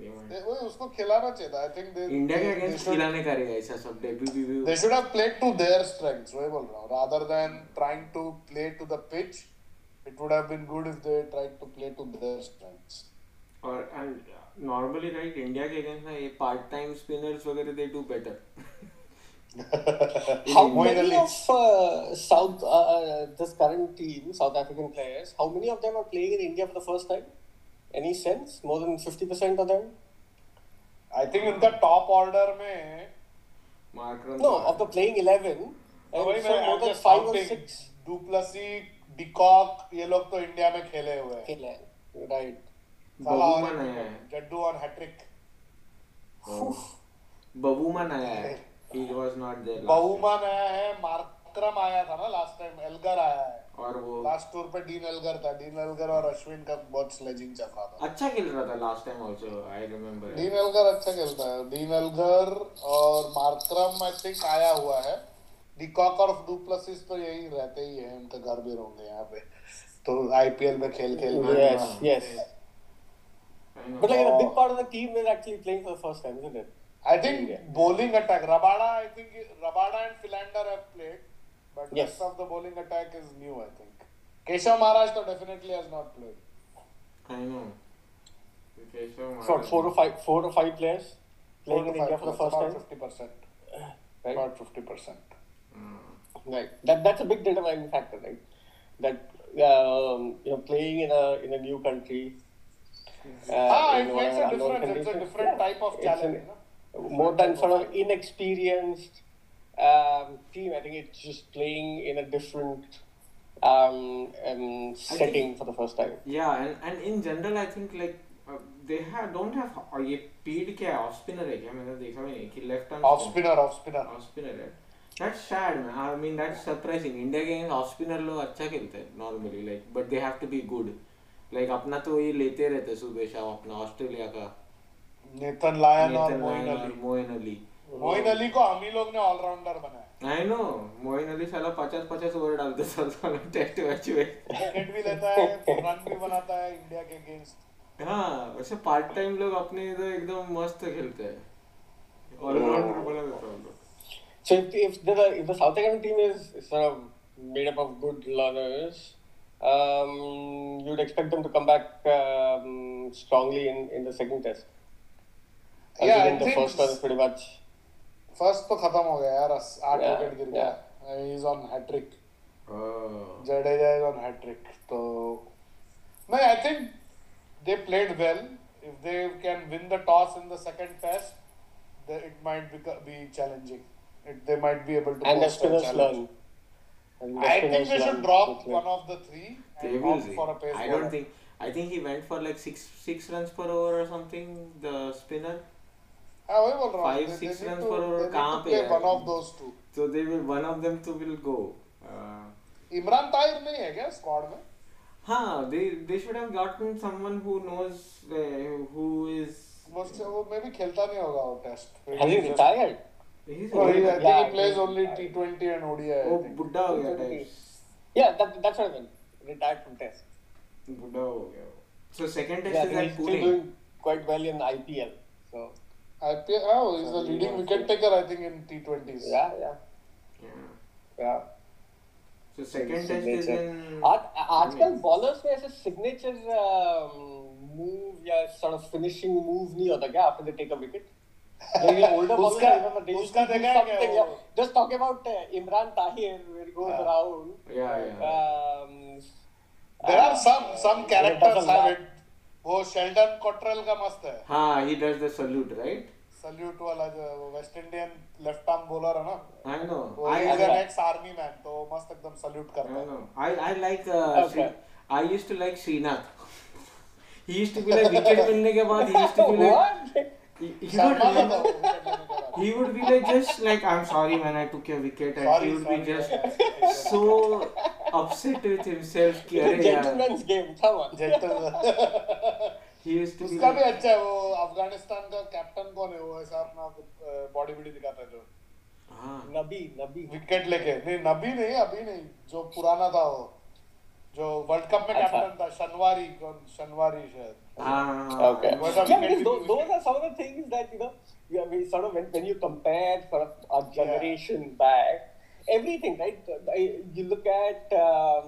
[SPEAKER 2] They- वो उसको खिलाना चाहिए था. I think they
[SPEAKER 1] इंडिया के
[SPEAKER 2] they- they
[SPEAKER 1] अगेंस्ट
[SPEAKER 2] should-
[SPEAKER 1] खिलाने का रहेगा ऐसा सब debut
[SPEAKER 2] They should have played to their strengths, वही बोल रहा हूँ. Rather than trying to play to the pitch, it would have been good if they tried to play to their strengths.
[SPEAKER 1] और एंड नॉर्मली राइट इंडिया के against ना ये part time spinners वगैरह they do better
[SPEAKER 3] How
[SPEAKER 2] Moeen
[SPEAKER 3] many
[SPEAKER 2] Ali.
[SPEAKER 3] of uh, South uh, uh, this current team, South African players, how many of them are playing in India for the first time? Any sense? More than fifty percent of them?
[SPEAKER 2] I think उनका top order में
[SPEAKER 1] Markram
[SPEAKER 3] No, of the playing eleven,
[SPEAKER 2] तो
[SPEAKER 3] and
[SPEAKER 2] वही
[SPEAKER 3] so
[SPEAKER 2] मैं
[SPEAKER 3] more
[SPEAKER 2] I'm
[SPEAKER 3] than
[SPEAKER 2] just
[SPEAKER 3] five or
[SPEAKER 2] counting.
[SPEAKER 3] six.
[SPEAKER 2] Du Plessis de Kock ये लोग तो India में खेले हुए हैं
[SPEAKER 3] खेला है राइट
[SPEAKER 2] साला और
[SPEAKER 1] बबूमन आया है
[SPEAKER 2] जड्डू और हैट्रिक
[SPEAKER 1] बबूमन आया है ही वाज नॉट देयर
[SPEAKER 2] बहुमान आया है मार्करम आया था ना लास्ट टाइम एल्गर आया है
[SPEAKER 1] और वो
[SPEAKER 2] लास्ट टूर पे डीन एल्गर था डीन एल्गर और अश्विन का बहुत स्लेजिंग चल रहा था
[SPEAKER 1] अच्छा खेल रहा था last time also I remember
[SPEAKER 2] Dean Elgar अच्छा खेलता है डीन एल्गर और मार्करम आई थिंक आया हुआ है डिकॉक और डुप्लेसिस तो यही रहते ही है उनका घर भी होंगे यहाँ पे तो आईपीएल में खेल खेल में
[SPEAKER 3] yes yes
[SPEAKER 2] Oh.
[SPEAKER 3] But like a big part of the team is actually playing for the first time isn't it
[SPEAKER 2] I think bowling attack. Rabada, I think Rabada and Philander have played, but
[SPEAKER 3] Yes.
[SPEAKER 2] rest of the bowling attack is new. I think Keshav Maharaj though definitely has not played.
[SPEAKER 1] I know Keshav
[SPEAKER 3] What, four or five, four or five players playing in India for the first time.
[SPEAKER 2] fifty percent.
[SPEAKER 3] Right.
[SPEAKER 2] About fifty percent.
[SPEAKER 1] हाँ।
[SPEAKER 3] Right. That that's a big determining factor, right? That um, you know, playing in a in a new country. Uh,
[SPEAKER 2] Ah,
[SPEAKER 3] in
[SPEAKER 2] it makes a
[SPEAKER 3] unknown
[SPEAKER 2] difference. It's a
[SPEAKER 3] conditions.
[SPEAKER 2] different type of
[SPEAKER 3] It's an-
[SPEAKER 2] challenge. you know?
[SPEAKER 3] More than sort of inexperienced um, team, I think it's just playing in a different um, um, setting for the first time.
[SPEAKER 1] या and and in general I think like they have don't have और uh, ये पीड क्या है off spinner है क्या मैंने देखा भी नहीं कि left arm
[SPEAKER 2] Off spinner, off spinner.
[SPEAKER 1] Off spinner है that's sad man I mean that's surprising India के ऑफ स्पिनर लोग अच्छा खेलते हैं normally like but they have to be good like अपना तो ये लेते रहते हैं सुबह शाम अपना ऑस्ट्रेलिया का
[SPEAKER 2] Nathan Lyon और
[SPEAKER 1] नेथन
[SPEAKER 2] मोइन
[SPEAKER 1] लायन और
[SPEAKER 2] अली.
[SPEAKER 1] मोइन अली
[SPEAKER 2] मोइन अली को हम ही लोग ने ऑलराउंडर बनाया.
[SPEAKER 1] आई नो मोइन अली साला पचास पचास ओवर डालते साल साल टेस्ट मैच में
[SPEAKER 2] विकेट भी लेता है, रन भी बनाता है इंडिया के अगेंस्ट.
[SPEAKER 1] हाँ वैसे पार्ट टाइम लोग अपने इधर एकदम मस्त खेलते हैं ऑलराउंडर बोला तो जाता है उनको
[SPEAKER 3] So if, if the if the South African team is sort of made up of good learners, um, you'd expect them to come back um, strongly in, in the second test. Other
[SPEAKER 2] Yeah, I
[SPEAKER 3] than the
[SPEAKER 2] think
[SPEAKER 3] first one is pretty much.
[SPEAKER 2] First तो खत्म हो गया यार अस- आठ
[SPEAKER 3] Yeah,
[SPEAKER 2] wicket गिर गया ही is on hat-trick
[SPEAKER 1] Oh.
[SPEAKER 2] Jadeja is on hat-trick तो नहीं I think they played well if they can win the toss in the second test it might be challenging it they might be able to
[SPEAKER 3] And the spinners learn. And the
[SPEAKER 2] I think
[SPEAKER 3] spinners
[SPEAKER 2] they should
[SPEAKER 3] learn
[SPEAKER 2] drop
[SPEAKER 3] quickly.
[SPEAKER 2] one of the three
[SPEAKER 1] They
[SPEAKER 2] and
[SPEAKER 1] will
[SPEAKER 2] opt
[SPEAKER 1] see.
[SPEAKER 2] for a
[SPEAKER 1] I
[SPEAKER 2] pace bowler.
[SPEAKER 1] don't think. I think he went for like six six runs per over or something. The spinner.
[SPEAKER 2] हाँ, वही बोल रहा हूँ.
[SPEAKER 1] Five,
[SPEAKER 2] They-
[SPEAKER 1] six
[SPEAKER 2] they need
[SPEAKER 1] runs
[SPEAKER 2] to-
[SPEAKER 1] per over
[SPEAKER 2] they need
[SPEAKER 1] कहाँ
[SPEAKER 2] to
[SPEAKER 1] पे
[SPEAKER 2] play
[SPEAKER 1] है?
[SPEAKER 2] one of those two.
[SPEAKER 1] So they will one of them two will go. Uh,
[SPEAKER 2] Imran Tahir नहीं है क्या स्क्वाड में
[SPEAKER 1] Huh, हाँ, they they should have gotten someone who knows uh, who is.
[SPEAKER 2] बस वो मे भी खेलता नहीं होगा वो test
[SPEAKER 3] Has he retired?
[SPEAKER 1] He's
[SPEAKER 2] Oh, he, I think
[SPEAKER 3] Yeah,
[SPEAKER 2] he plays
[SPEAKER 3] he-
[SPEAKER 2] only T20 and ODI. I
[SPEAKER 1] oh
[SPEAKER 2] think.
[SPEAKER 1] बुड्ढा हो गया type
[SPEAKER 3] Yeah, that, that's what I mean. Retired from test.
[SPEAKER 1] बुड्ढा हो गया So second test
[SPEAKER 3] Yeah,
[SPEAKER 1] is
[SPEAKER 3] he's
[SPEAKER 1] at
[SPEAKER 3] still
[SPEAKER 1] Pune.
[SPEAKER 3] doing quite well in IPL. So,
[SPEAKER 2] IPL, oh, he's the
[SPEAKER 3] Yeah.
[SPEAKER 2] leading wicket taker, I think, in T20s.
[SPEAKER 3] yeah, yeah,
[SPEAKER 1] Yeah.
[SPEAKER 3] yeah.
[SPEAKER 1] So second test is in.
[SPEAKER 3] आज आजकल
[SPEAKER 1] Pune.
[SPEAKER 3] Bowlers में ऐसे signature move या sort of finishing move नहीं होता क्या after they take a wicket Like the older bowlers,
[SPEAKER 2] उसका-
[SPEAKER 3] I remember they used
[SPEAKER 2] उसका
[SPEAKER 3] to do
[SPEAKER 2] देखा है क्या
[SPEAKER 3] something,
[SPEAKER 2] वो?
[SPEAKER 3] yeah. Just talk about uh, Imran Tahir, where he goes
[SPEAKER 2] Yeah.
[SPEAKER 3] around.
[SPEAKER 1] Yeah, yeah.
[SPEAKER 3] Um,
[SPEAKER 2] There
[SPEAKER 3] uh,
[SPEAKER 2] are some some
[SPEAKER 3] it
[SPEAKER 2] characters
[SPEAKER 3] doesn't
[SPEAKER 2] have
[SPEAKER 3] matter.
[SPEAKER 2] it. वो Sheldon Cottrell का मस्त है
[SPEAKER 1] हाँ, he does the salute, right?
[SPEAKER 2] Salute वाला जो है, वो West Indian left arm bowler है ना
[SPEAKER 1] I know.
[SPEAKER 2] वो
[SPEAKER 1] I,
[SPEAKER 2] is
[SPEAKER 1] I,
[SPEAKER 2] an
[SPEAKER 3] know.
[SPEAKER 2] Ex army man तो मस्त एकदम सल्यूट
[SPEAKER 1] I
[SPEAKER 2] करता है
[SPEAKER 1] know. I, I like. Uh,
[SPEAKER 3] Okay.
[SPEAKER 1] Sri- I used to like Srinath. he used to be like wicket मिलने के बाद he used to be like.
[SPEAKER 3] What?
[SPEAKER 1] He, he would
[SPEAKER 2] Sharma था वो wicket लेने के बाद।
[SPEAKER 1] he would be like just like I'm sorry man I took your wicket and
[SPEAKER 2] Sorry,
[SPEAKER 1] he would be
[SPEAKER 2] sorry,
[SPEAKER 1] just so upset with himself कि
[SPEAKER 3] It's a
[SPEAKER 1] अरे यार
[SPEAKER 3] gentleman's game. Come on.
[SPEAKER 2] Gentle-
[SPEAKER 1] he used to be
[SPEAKER 2] उसका भी
[SPEAKER 1] like,
[SPEAKER 2] अच्छा है वो अफगानिस्तान का captain कौन है वो ऐसा अपना बॉडी बॉडी दिखाता है जो
[SPEAKER 1] हाँ
[SPEAKER 3] Nabi, Nabi.
[SPEAKER 2] विकेट लेके नहीं नबी नहीं अभी नहीं जो पुराना था वो जो वर्ल्ड कप में
[SPEAKER 3] अच्छा।
[SPEAKER 2] कैप्टन था शनवारी कौन शनवारी शायद
[SPEAKER 1] हाँ
[SPEAKER 3] Okay.
[SPEAKER 2] It was a
[SPEAKER 3] Yeah,
[SPEAKER 2] wicket
[SPEAKER 3] because those,
[SPEAKER 2] which we
[SPEAKER 3] those are some of the things that you know. We, we sort of when, when you compare sort of our generation back, everything right. I- You look at um,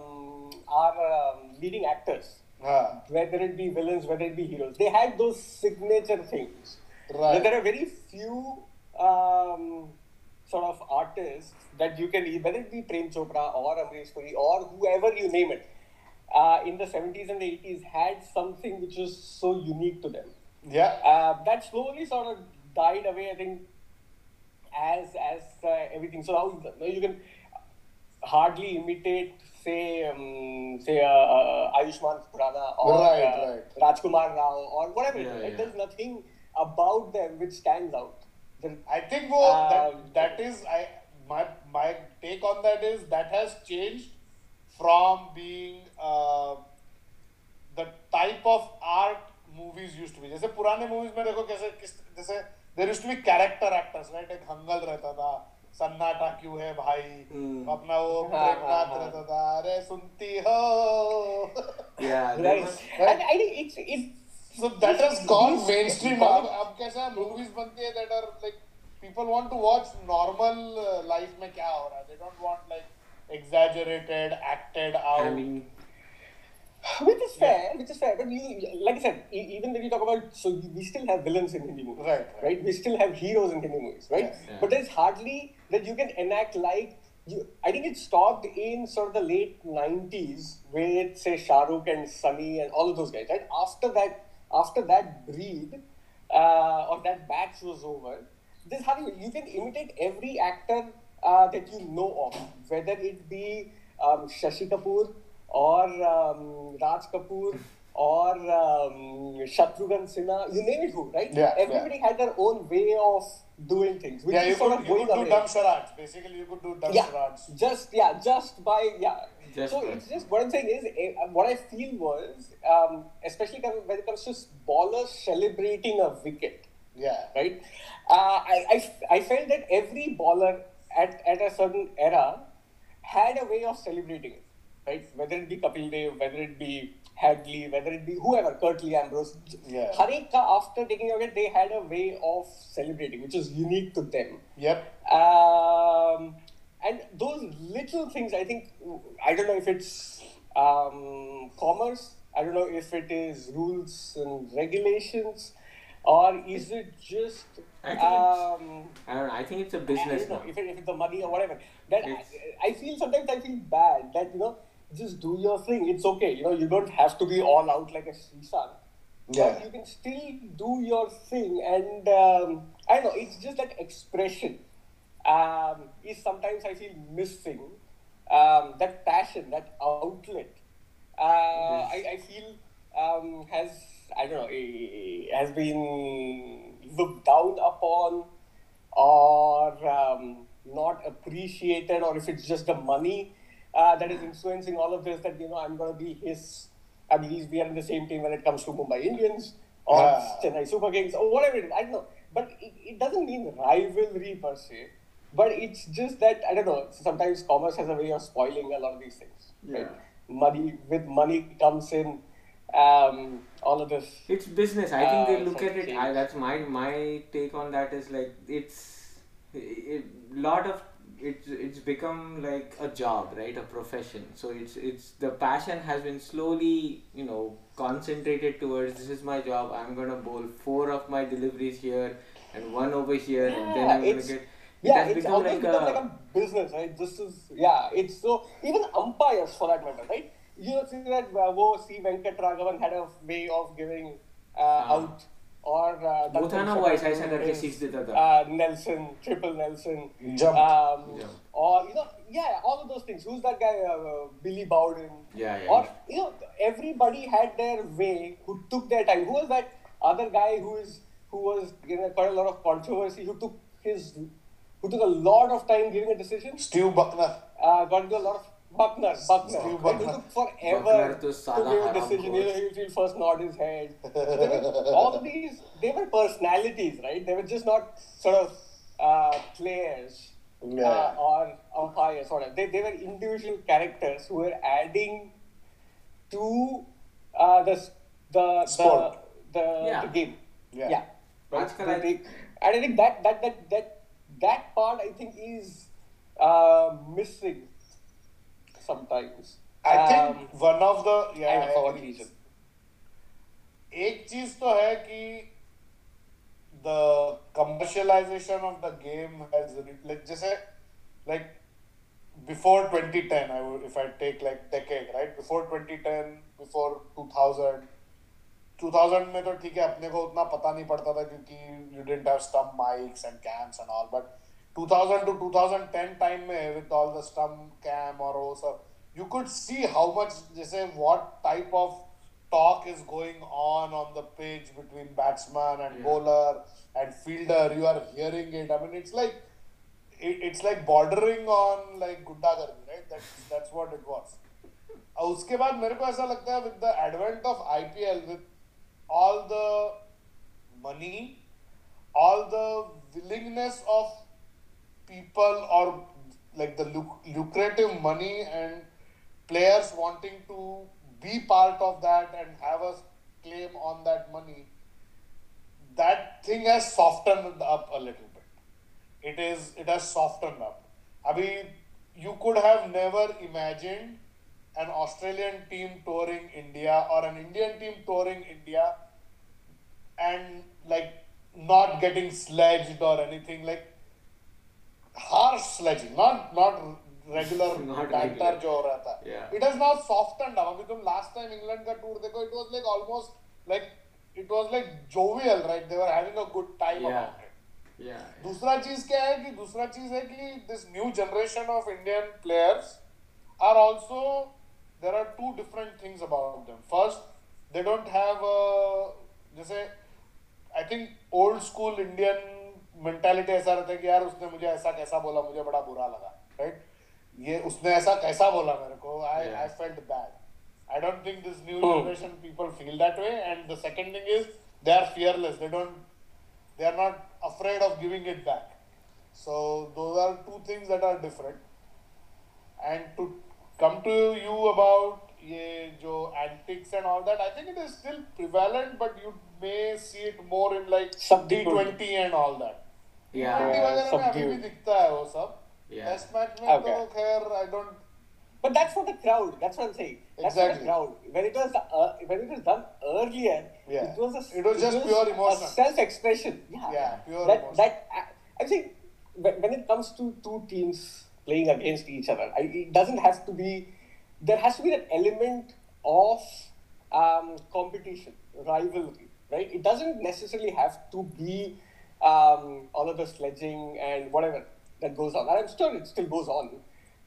[SPEAKER 3] our um, leading actors,
[SPEAKER 2] हाँ
[SPEAKER 3] whether it be villains, whether it be heroes. They had those signature things.
[SPEAKER 2] Right.
[SPEAKER 3] There are very few um, sort of artists that you can, whether it be Prem Chopra or Amrish Puri or whoever you name it, uh, in the 70s and 80s had something which was so unique to them.
[SPEAKER 2] या
[SPEAKER 3] Uh, that slowly sort of died away, I think, as as uh, everything. So now you know, you can hardly imitate, say, um, say uh, uh, Ayushman Khurrana or
[SPEAKER 2] Right,
[SPEAKER 3] uh,
[SPEAKER 2] right.
[SPEAKER 3] Rajkumar Rao or whatever. it
[SPEAKER 1] Yeah,
[SPEAKER 3] is,
[SPEAKER 1] yeah.
[SPEAKER 3] right? There's nothing about them which stands out. There-
[SPEAKER 2] I think वो that,
[SPEAKER 3] Um,
[SPEAKER 2] that is I my my take on that is that has changed from being uh, the type of art movies used to be जैसे पुराने movies में देखो कैसे किस जैसे देर used to be character actors right एक हंगल रहता था सन्नाटा क्यों है भाई
[SPEAKER 1] Hmm.
[SPEAKER 2] अपना वो
[SPEAKER 3] हाँ, हाँ,
[SPEAKER 2] प्रेमनाथ
[SPEAKER 3] हाँ.
[SPEAKER 2] रहता था अरे सुनती हो
[SPEAKER 1] yeah there
[SPEAKER 3] Right.
[SPEAKER 1] was,
[SPEAKER 3] And I think it's it's
[SPEAKER 2] So that has gone mainstream.
[SPEAKER 3] Gone-
[SPEAKER 2] अब अब कैसा है movies बनती है that are like people want to watch normal uh, life में क्या हो रहा है. They don't want like exaggerated, acted out.
[SPEAKER 1] I mean
[SPEAKER 3] which is fair, which is fair. But you, like I said, e- even when you talk about, so we still have villains in Hindi movies,
[SPEAKER 2] Right, right.
[SPEAKER 3] We still have heroes in Hindi movies, right?
[SPEAKER 2] Yes.
[SPEAKER 1] Yeah.
[SPEAKER 3] But there's hardly that you can enact like you. I think it stopped in sort of the late '90s with say Shah Rukh and Sunny and all of those guys, right? After that, after that breed uh, or that batch was over, this hardly you can imitate every actor uh, that you know of, whether it be um, Shashi Kapoor or um, Raj Kapoor or um, Shatrughan Sinha, you name it who, right?
[SPEAKER 2] Yeah,
[SPEAKER 3] Everybody had their own way of doing things, which
[SPEAKER 2] yeah,
[SPEAKER 3] is
[SPEAKER 2] you
[SPEAKER 3] sort
[SPEAKER 2] could,
[SPEAKER 3] of
[SPEAKER 2] you
[SPEAKER 3] going
[SPEAKER 2] could do
[SPEAKER 3] away.
[SPEAKER 2] dumb charades. Basically, you could do dumb
[SPEAKER 3] yeah,
[SPEAKER 2] charades.
[SPEAKER 3] just yeah, just by yeah.
[SPEAKER 1] Just
[SPEAKER 3] so
[SPEAKER 1] by-
[SPEAKER 3] it's just what I'm saying is eh, what I feel was, um, especially com- when it comes to s- ballers celebrating a wicket
[SPEAKER 2] Yeah.
[SPEAKER 3] right? Uh, I, I, I felt that every baller at, at a certain era had a way of celebrating it, right? Whether it be Kapil Dev, whether it be Hadley, whether it be whoever, Curtly Ambrose.
[SPEAKER 2] Yeah.
[SPEAKER 3] Harika, after taking away, they had a way of celebrating, which was unique to them.
[SPEAKER 2] Yep.
[SPEAKER 3] Um, and those little things, I think, I don't know if it's um, commerce, I don't know if it is rules and regulations, or is it just.
[SPEAKER 1] I think it's-
[SPEAKER 3] um,
[SPEAKER 1] I don't know, I think it's a
[SPEAKER 3] I- I
[SPEAKER 1] business
[SPEAKER 3] don't know
[SPEAKER 1] now.
[SPEAKER 3] if, it, if it's the money or whatever. That I,
[SPEAKER 1] It's-
[SPEAKER 3] I feel sometimes I feel bad that you know just do your thing. It's okay. You know you don't have to be all out like a Srisan.
[SPEAKER 2] Yeah.
[SPEAKER 3] But you can still do your thing, and um, I don't know. It's just that expression um, is sometimes I feel missing. Um, that passion, that outlet, uh, I, I feel um, has I don't know eh, has been looked down upon uh, or um, not appreciated, or if it's just the money uh, that is influencing all of this. That you know, I'm going to be his. I mean, we are in the same team when it comes to Mumbai Indians or
[SPEAKER 2] Ah.
[SPEAKER 3] Chennai Super Kings or whatever it is. I don't know, but it, it doesn't mean rivalry per se. But it's just that I don't know. Sometimes commerce has a way of spoiling a lot of these things. Right?
[SPEAKER 1] Yeah.
[SPEAKER 3] Money with money comes in um, all of this.
[SPEAKER 1] It's business. I think they
[SPEAKER 3] Uh,
[SPEAKER 1] look
[SPEAKER 3] so
[SPEAKER 1] at it.
[SPEAKER 3] change.
[SPEAKER 1] I, that's my my take on that is like it's a lot of it's it's become like a job, right? A profession. So it's it's the passion has been slowly you know concentrated towards this is my job. I'm gonna bowl four of my deliveries here and one over here, and then
[SPEAKER 3] Yeah,
[SPEAKER 1] I'm gonna
[SPEAKER 3] it's-
[SPEAKER 1] get. it
[SPEAKER 3] Yeah,
[SPEAKER 1] has
[SPEAKER 3] it's
[SPEAKER 1] become
[SPEAKER 3] almost
[SPEAKER 1] like
[SPEAKER 3] become
[SPEAKER 1] a-
[SPEAKER 3] like a business, right? This is yeah, it's so even umpires for that matter, right? You know, see that uh, wo C Venkat Raghavan had a way of giving uh, out or uh, Duncan
[SPEAKER 1] Ah. Bothana
[SPEAKER 3] Shabbat
[SPEAKER 1] wise, I
[SPEAKER 3] doing
[SPEAKER 1] said that
[SPEAKER 3] his,
[SPEAKER 1] Keshish did that.
[SPEAKER 3] Uh, Nelson, triple Nelson,
[SPEAKER 2] Jump.
[SPEAKER 3] um,
[SPEAKER 1] Jump.
[SPEAKER 3] or you know, yeah, all of those things. Who's that guy? Uh, Billy Bowden.
[SPEAKER 1] Yeah, yeah.
[SPEAKER 3] Or you know, everybody had their way who took their time. Who was that other guy who is who was you know quite a lot of controversy? Who took his who took a lot of time giving a decision?
[SPEAKER 2] Steve Buckner.
[SPEAKER 3] Uh, got into a lot of Buckner, Buckner,
[SPEAKER 2] Steve
[SPEAKER 3] right? Who
[SPEAKER 2] Buckner.
[SPEAKER 3] took forever
[SPEAKER 1] Buckner to Salah
[SPEAKER 3] give a
[SPEAKER 1] Haram
[SPEAKER 3] decision.
[SPEAKER 1] coach.
[SPEAKER 3] You know, he will first nod his head. So there were all these, they were personalities, right? They were just not sort of uh, players uh,
[SPEAKER 2] Yeah.
[SPEAKER 3] or umpires, whatever. They, they were individual characters who were adding to uh, the, s- the,
[SPEAKER 2] Sport.
[SPEAKER 3] the, the,
[SPEAKER 1] Yeah.
[SPEAKER 3] the game.
[SPEAKER 2] Yeah.
[SPEAKER 3] Right?
[SPEAKER 1] Aajkal
[SPEAKER 3] So
[SPEAKER 1] I-
[SPEAKER 3] they- and I think that that that that that part I think is uh, missing sometimes.
[SPEAKER 2] I
[SPEAKER 3] Um,
[SPEAKER 2] think one of the yeah
[SPEAKER 3] and for what reason?
[SPEAKER 2] एक चीज तो है कि the commercialization of the game has like जैसे like before 2010 I would if I take like decade right before 2010 before 2000 2000 में तो ठीक है अपने को उतना पता नहीं पड़ता था क्योंकि you didn't have stump mics and cams and all but 2000 to 2010 time में with all the stump cam और वो सब you could see how much जैसे what type of talk is going on on the pitch between batsman and bowler and fielder you are hearing it I mean it's like it's like bordering on like गुंडागर्दी right that's that's what it was और उसके बाद मेरे को ऐसा लगता है with the advent of IPL with all the money all the willingness of people और like the lucrative money and players wanting to be part of that and have a claim on that money that thing has softened up a little bit. It is it has softened up. I mean, you could have never imagined an Australian team touring India or an Indian team touring India and like not getting sledged or anything like harsh sledging, not not regular
[SPEAKER 1] Not
[SPEAKER 2] banter
[SPEAKER 1] regular.
[SPEAKER 2] जो हो रहा था
[SPEAKER 1] Yeah.
[SPEAKER 2] It has now softened up अभी तुम last time England का tour देखो it was like almost like it was like jovial right they were having a good time
[SPEAKER 1] Yeah.
[SPEAKER 2] About it
[SPEAKER 1] yeah.
[SPEAKER 2] दूसरा चीज क्या है कि दूसरा चीज है कि this new generation of Indian players are also there are two different things about them first they don't have जैसे I think old school Indian mentality ऐसा रहता है कि यार उसने मुझे ऐसा कैसा बोला मुझे बड़ा बुरा लगा राइट ये उसने ऐसा कैसा बोला मेरे को I
[SPEAKER 1] Yeah.
[SPEAKER 2] I felt bad. I don't think this new
[SPEAKER 3] Hmm.
[SPEAKER 2] generation people feel that way. And the second thing is they are fearless. They don't. They are not afraid of giving it back. So those are two things that are different. And to come to you about ye jo antics and all that, I think it is still prevalent, but you may see it more in like
[SPEAKER 3] Subdued.
[SPEAKER 2] T20 and all that.
[SPEAKER 1] Yeah.
[SPEAKER 2] T20 वगैरह में अभी भी
[SPEAKER 3] subdued.
[SPEAKER 2] दिखता है वो सब.
[SPEAKER 1] Yeah.
[SPEAKER 2] Test match में
[SPEAKER 3] Okay.
[SPEAKER 2] तो खैर I don't
[SPEAKER 3] But that's for the crowd. That's what I'm saying. That's for
[SPEAKER 2] Exactly.
[SPEAKER 3] the crowd. When it was uh, when it was done earlier,
[SPEAKER 2] Yeah.
[SPEAKER 3] it was a
[SPEAKER 2] It was just pure emotion.
[SPEAKER 3] self expression. Yeah,
[SPEAKER 2] Yeah, pure
[SPEAKER 3] that,
[SPEAKER 2] emotion.
[SPEAKER 3] That I, I think when, when it comes to two teams playing against each other, I, it doesn't have to be. There has to be that element of um, competition, rivalry, right? It doesn't necessarily have to be um, all of the sledging and whatever that goes on. And I'm sure it still goes on,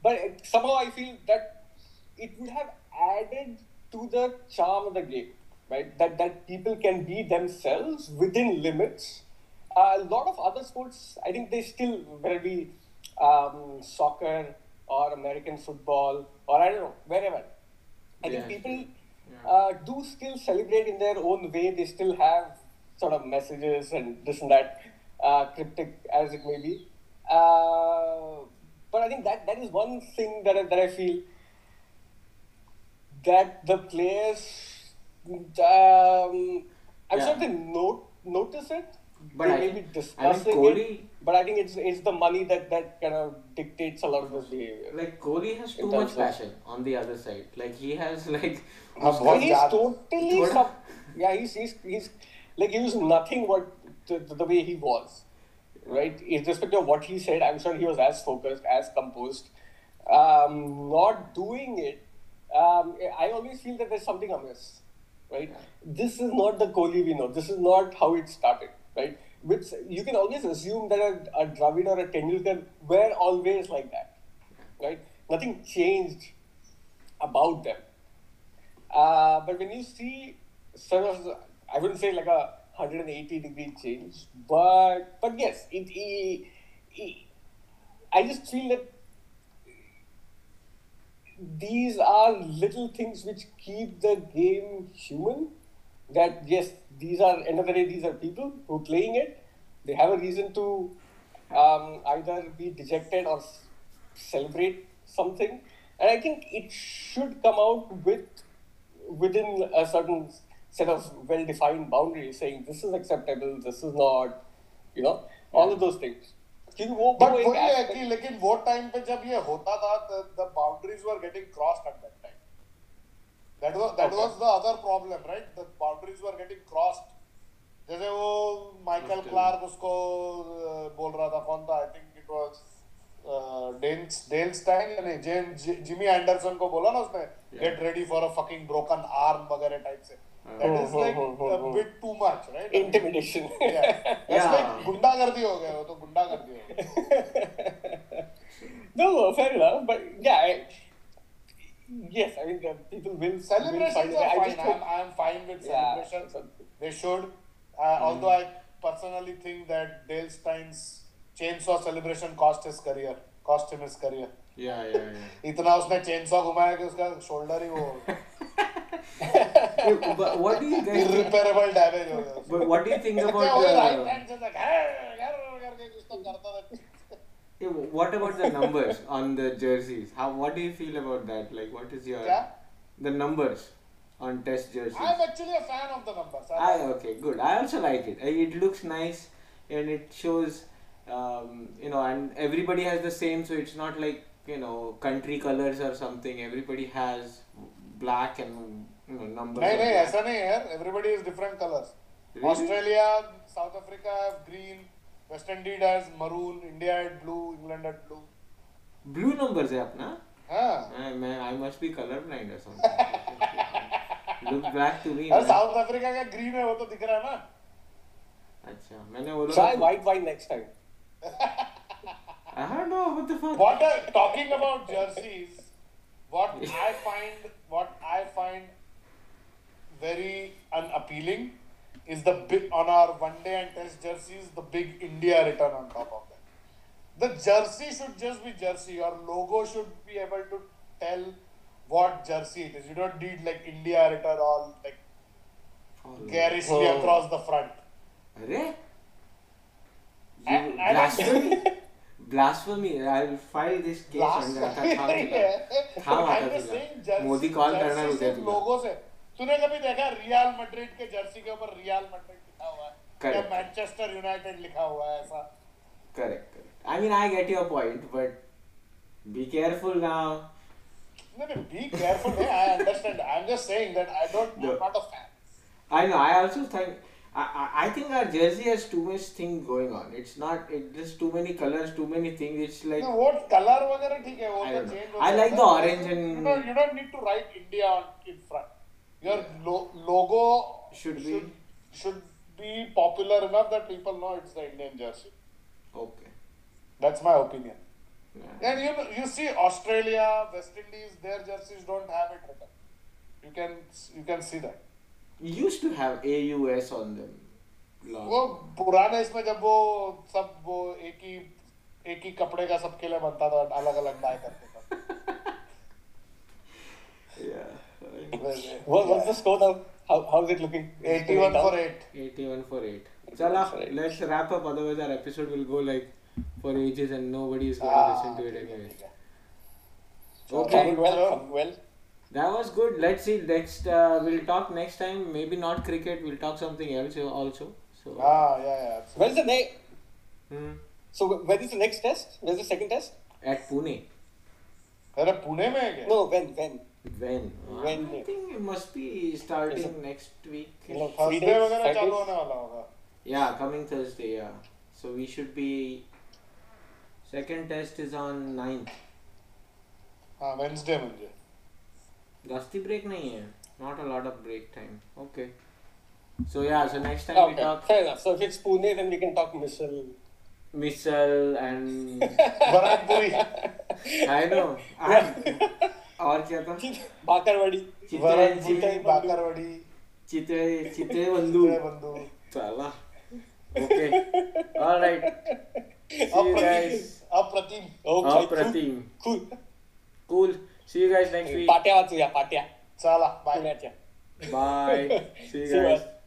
[SPEAKER 3] but it, somehow I feel that it would have added to the charm of the game, right? That that people can be themselves within limits. a lot of other sports, I think they still, whether it be um, soccer or American football or I don't know wherever. I think
[SPEAKER 1] Yeah.
[SPEAKER 3] people
[SPEAKER 1] Yeah.
[SPEAKER 3] uh, do still celebrate in their own way. They still have sort of messages and this and that, uh, cryptic as it may be. Uh, but I think that that is one thing that I, that I feel that the players, um, I'm
[SPEAKER 1] Yeah.
[SPEAKER 3] sure they note, notice it.
[SPEAKER 1] But
[SPEAKER 3] they
[SPEAKER 1] I-
[SPEAKER 3] may be
[SPEAKER 1] I mean,
[SPEAKER 3] discussing
[SPEAKER 1] Kohli-
[SPEAKER 3] it, but I think it's it's the money that that kind of dictates a lot of this behavior.
[SPEAKER 1] Like Kohli has
[SPEAKER 3] In
[SPEAKER 1] too
[SPEAKER 3] terms
[SPEAKER 1] much
[SPEAKER 3] of-
[SPEAKER 1] passion on the other side. Like he has like
[SPEAKER 2] हाँ,
[SPEAKER 3] So
[SPEAKER 2] बहुत
[SPEAKER 3] he's
[SPEAKER 2] ज्यादा-
[SPEAKER 3] totally
[SPEAKER 1] थोड़ा-
[SPEAKER 3] sub, yeah he's, he's he's like he was nothing what the, the way he was right irrespective of what he said i'm sure he was as focused as composed um, not doing it um, i always feel that there's something amiss right this is not the Kohli we know this is not how it started right which you can always assume that a, a Dravid or a Tendulkar were always like that right nothing changed about them uh, but when you see sort of, I wouldn't say like a 180 degree change, but but yes, it, it, it- I just feel that these are little things which keep the game human. That yes, these are end of the day, these are people who are playing it. They have a reason to um, either be dejected or s- celebrate something, and I think it should come out with within a certain set of well-defined boundaries, saying this is acceptable, this is not, you know, all of those things. क्योंकि वो-
[SPEAKER 2] but
[SPEAKER 3] वो एक
[SPEAKER 2] वही है
[SPEAKER 3] aspect-
[SPEAKER 2] कि लेकिन वो time पे जब ये होता था the boundaries were getting crossed at that time that was that
[SPEAKER 3] Okay.
[SPEAKER 2] Was the other problem right the boundaries were getting crossed जैसे वो माइकल
[SPEAKER 1] Okay.
[SPEAKER 2] क्लार्क उसको uh, बोल रहा था कौन था I think it was dells Dale Steyn नहीं GeM Jimmy Anderson को बोला ना उसने get ready for a fucking broken arm वगैरह टाइप से that
[SPEAKER 3] Oh,
[SPEAKER 2] is
[SPEAKER 3] oh,
[SPEAKER 2] like
[SPEAKER 3] oh, oh,
[SPEAKER 2] a
[SPEAKER 3] oh.
[SPEAKER 2] Bit too much right
[SPEAKER 3] intimidation.
[SPEAKER 1] Yeah.
[SPEAKER 2] गुंडागर्दी हो गया वो तो गुंडागर्दी हो गया
[SPEAKER 3] no, fair enough. But yeah, I, yes, I mean, the people will will find
[SPEAKER 2] Celebrations
[SPEAKER 3] it.
[SPEAKER 2] are
[SPEAKER 3] I
[SPEAKER 2] fine.
[SPEAKER 3] just
[SPEAKER 2] I'm,
[SPEAKER 3] hope,
[SPEAKER 2] I'm fine with
[SPEAKER 3] Yeah. Mm-hmm.
[SPEAKER 2] celebrations. They should. Uh, Although I personally think that Dale Stein's chainsaw celebration cost his career. Cost him his career.
[SPEAKER 1] yeah yeah yeah.
[SPEAKER 2] इतना उसने chainsaw घुमाया कि उसका shoulder ही वो
[SPEAKER 1] Hey, but what do you guys? Think,
[SPEAKER 2] irreparable damage हो गया.
[SPEAKER 1] but what do you think
[SPEAKER 2] उसका।
[SPEAKER 1] about?
[SPEAKER 2] क्या वही right
[SPEAKER 1] Uh,
[SPEAKER 2] hand से like, "Hey, यार," करके कुछ तो करता था.
[SPEAKER 1] hey, what about the numbers on the jerseys? How? What do you feel about that? Like, what is your
[SPEAKER 2] Yeah.
[SPEAKER 1] the numbers on test jerseys?
[SPEAKER 2] I'm actually a fan of the numbers. I
[SPEAKER 1] I
[SPEAKER 2] like
[SPEAKER 1] okay, good. I also like it. Uh, It looks nice, and it shows, um, you know, and everybody has the same, so it's not like you know country colors or something. Everybody has black and you know numbers.
[SPEAKER 2] नहीं
[SPEAKER 1] of
[SPEAKER 2] नहीं
[SPEAKER 1] black.
[SPEAKER 2] ऐसा नहीं है यार everybody is different colours
[SPEAKER 1] Really?
[SPEAKER 2] Australia south Africa green West Indies has maroon India had blue England had blue
[SPEAKER 1] Blue numbers है अपना.
[SPEAKER 2] हां
[SPEAKER 1] I, Ah, man, I must be colorblind or something. Look black to me.
[SPEAKER 2] यार
[SPEAKER 1] man.
[SPEAKER 2] South Africa का green है वो तो दिख रहा है ना
[SPEAKER 1] अच्छा मैंने वो
[SPEAKER 3] try
[SPEAKER 1] लोग
[SPEAKER 3] white wine next time.
[SPEAKER 1] I don't know what the fuck.
[SPEAKER 2] what are talking about jerseys what i find what i find very unappealing is the big on our one day and test jerseys the big india written on top of that the jersey should just be jersey your logo should be able to tell what jersey it is you don't need like india written all like garishly
[SPEAKER 3] Oh.
[SPEAKER 2] across the front
[SPEAKER 1] अरे
[SPEAKER 2] I-
[SPEAKER 1] You-
[SPEAKER 2] I don't-
[SPEAKER 1] blasphemy blasphemy I'll file this case under अर्थात था
[SPEAKER 2] I'm just saying
[SPEAKER 1] तुला
[SPEAKER 2] jersey-
[SPEAKER 1] Modi call
[SPEAKER 2] jersey
[SPEAKER 1] करना
[SPEAKER 2] से
[SPEAKER 1] मुझे तुला
[SPEAKER 2] लोगों से तूने कभी देखा रियल मैड्रिड के जर्सी के ऊपर रियल मैड्रिड लिखा हुआ है या
[SPEAKER 1] Correct.
[SPEAKER 2] मैनचेस्टर यूनाइटेड लिखा हुआ है ऐसा
[SPEAKER 1] correct correct I mean I get your point but be careful now
[SPEAKER 2] नहीं नहीं बी केयरफुल है I understand I am just saying that I don't
[SPEAKER 1] No.
[SPEAKER 2] Not a fan
[SPEAKER 1] I know. I also think. I, I, I think our jersey has too much thing going on. It's not. It just too many colors, too many things. It's like
[SPEAKER 2] वो colour वगैरह ठीक है वो
[SPEAKER 1] I
[SPEAKER 2] तो
[SPEAKER 1] don't know.
[SPEAKER 2] Change
[SPEAKER 1] I like the orange and-
[SPEAKER 2] you don't you don't need to write India on in front your logo
[SPEAKER 1] Should be-
[SPEAKER 2] should be popular enough that people know it's the Indian jersey
[SPEAKER 1] okay.
[SPEAKER 2] that's my opinion
[SPEAKER 1] Yeah.
[SPEAKER 2] And you you see Australia, West Indies, their jerseys don't have it written. You can you can see that.
[SPEAKER 1] We used to have AUS on them. Long.
[SPEAKER 2] वो पुराने इसमें जब वो सब वो एक ही एक ही कपड़े का सबके लिए बनता था अलग अलग बाय करते थे
[SPEAKER 1] Yeah.
[SPEAKER 3] What, What's the score now? How, how's it looking? Is it
[SPEAKER 2] 81
[SPEAKER 3] down?
[SPEAKER 2] for 8
[SPEAKER 1] 81 for 8. Chala, let's wrap up, otherwise, our episode will go like for ages and nobody is going
[SPEAKER 2] हाँ। Ah,
[SPEAKER 1] to listen to it anyway. Okay.
[SPEAKER 3] Coming well,
[SPEAKER 2] Hello.
[SPEAKER 3] coming well.
[SPEAKER 1] That was good. Let's see. Next, uh, we'll talk next time. Maybe not cricket. We'll talk something else also. So,
[SPEAKER 2] ah yeah yeah absolutely.
[SPEAKER 3] When's the next?
[SPEAKER 1] hmm.
[SPEAKER 3] So wh- when is the next test? When's the second test?
[SPEAKER 1] at Pune.
[SPEAKER 2] अरे पुणे में है क्या
[SPEAKER 3] No, when? When?
[SPEAKER 1] When?
[SPEAKER 3] When?
[SPEAKER 1] I think it must be starting next week.
[SPEAKER 3] No,
[SPEAKER 2] Thursday
[SPEAKER 3] three days,
[SPEAKER 2] वगैरह
[SPEAKER 3] five
[SPEAKER 2] चालू
[SPEAKER 3] days?
[SPEAKER 2] होने वाला होगा
[SPEAKER 1] Yeah, coming Thursday. Yeah. So we should be. Second test is on 9th.
[SPEAKER 2] हाँ Wednesday म्हणजे
[SPEAKER 1] Dusty break nahi hai. Not a lot of break time. Okay. So yeah. So next time we
[SPEAKER 3] Okay,
[SPEAKER 1] talk
[SPEAKER 3] fair enough. So if it's Pune, then we can talk missile.
[SPEAKER 1] missile and
[SPEAKER 2] बराकपुरी
[SPEAKER 1] I know. And, और क्या था
[SPEAKER 3] Bakarwadi.
[SPEAKER 2] बराकपुरी bakarwadi
[SPEAKER 1] चित्रे चित्रे बंधु
[SPEAKER 2] दूसरे बंधु
[SPEAKER 1] साला okay alright see you guys
[SPEAKER 2] अप्रतिम
[SPEAKER 3] Okay.
[SPEAKER 1] अप्रतिम
[SPEAKER 3] Cool.
[SPEAKER 1] Cool see you guys next week
[SPEAKER 3] Patya वाचूया, पाट्या.
[SPEAKER 2] चला बाय
[SPEAKER 3] पुण्याच्या.
[SPEAKER 1] Bye see you
[SPEAKER 3] See you
[SPEAKER 1] guys
[SPEAKER 3] all.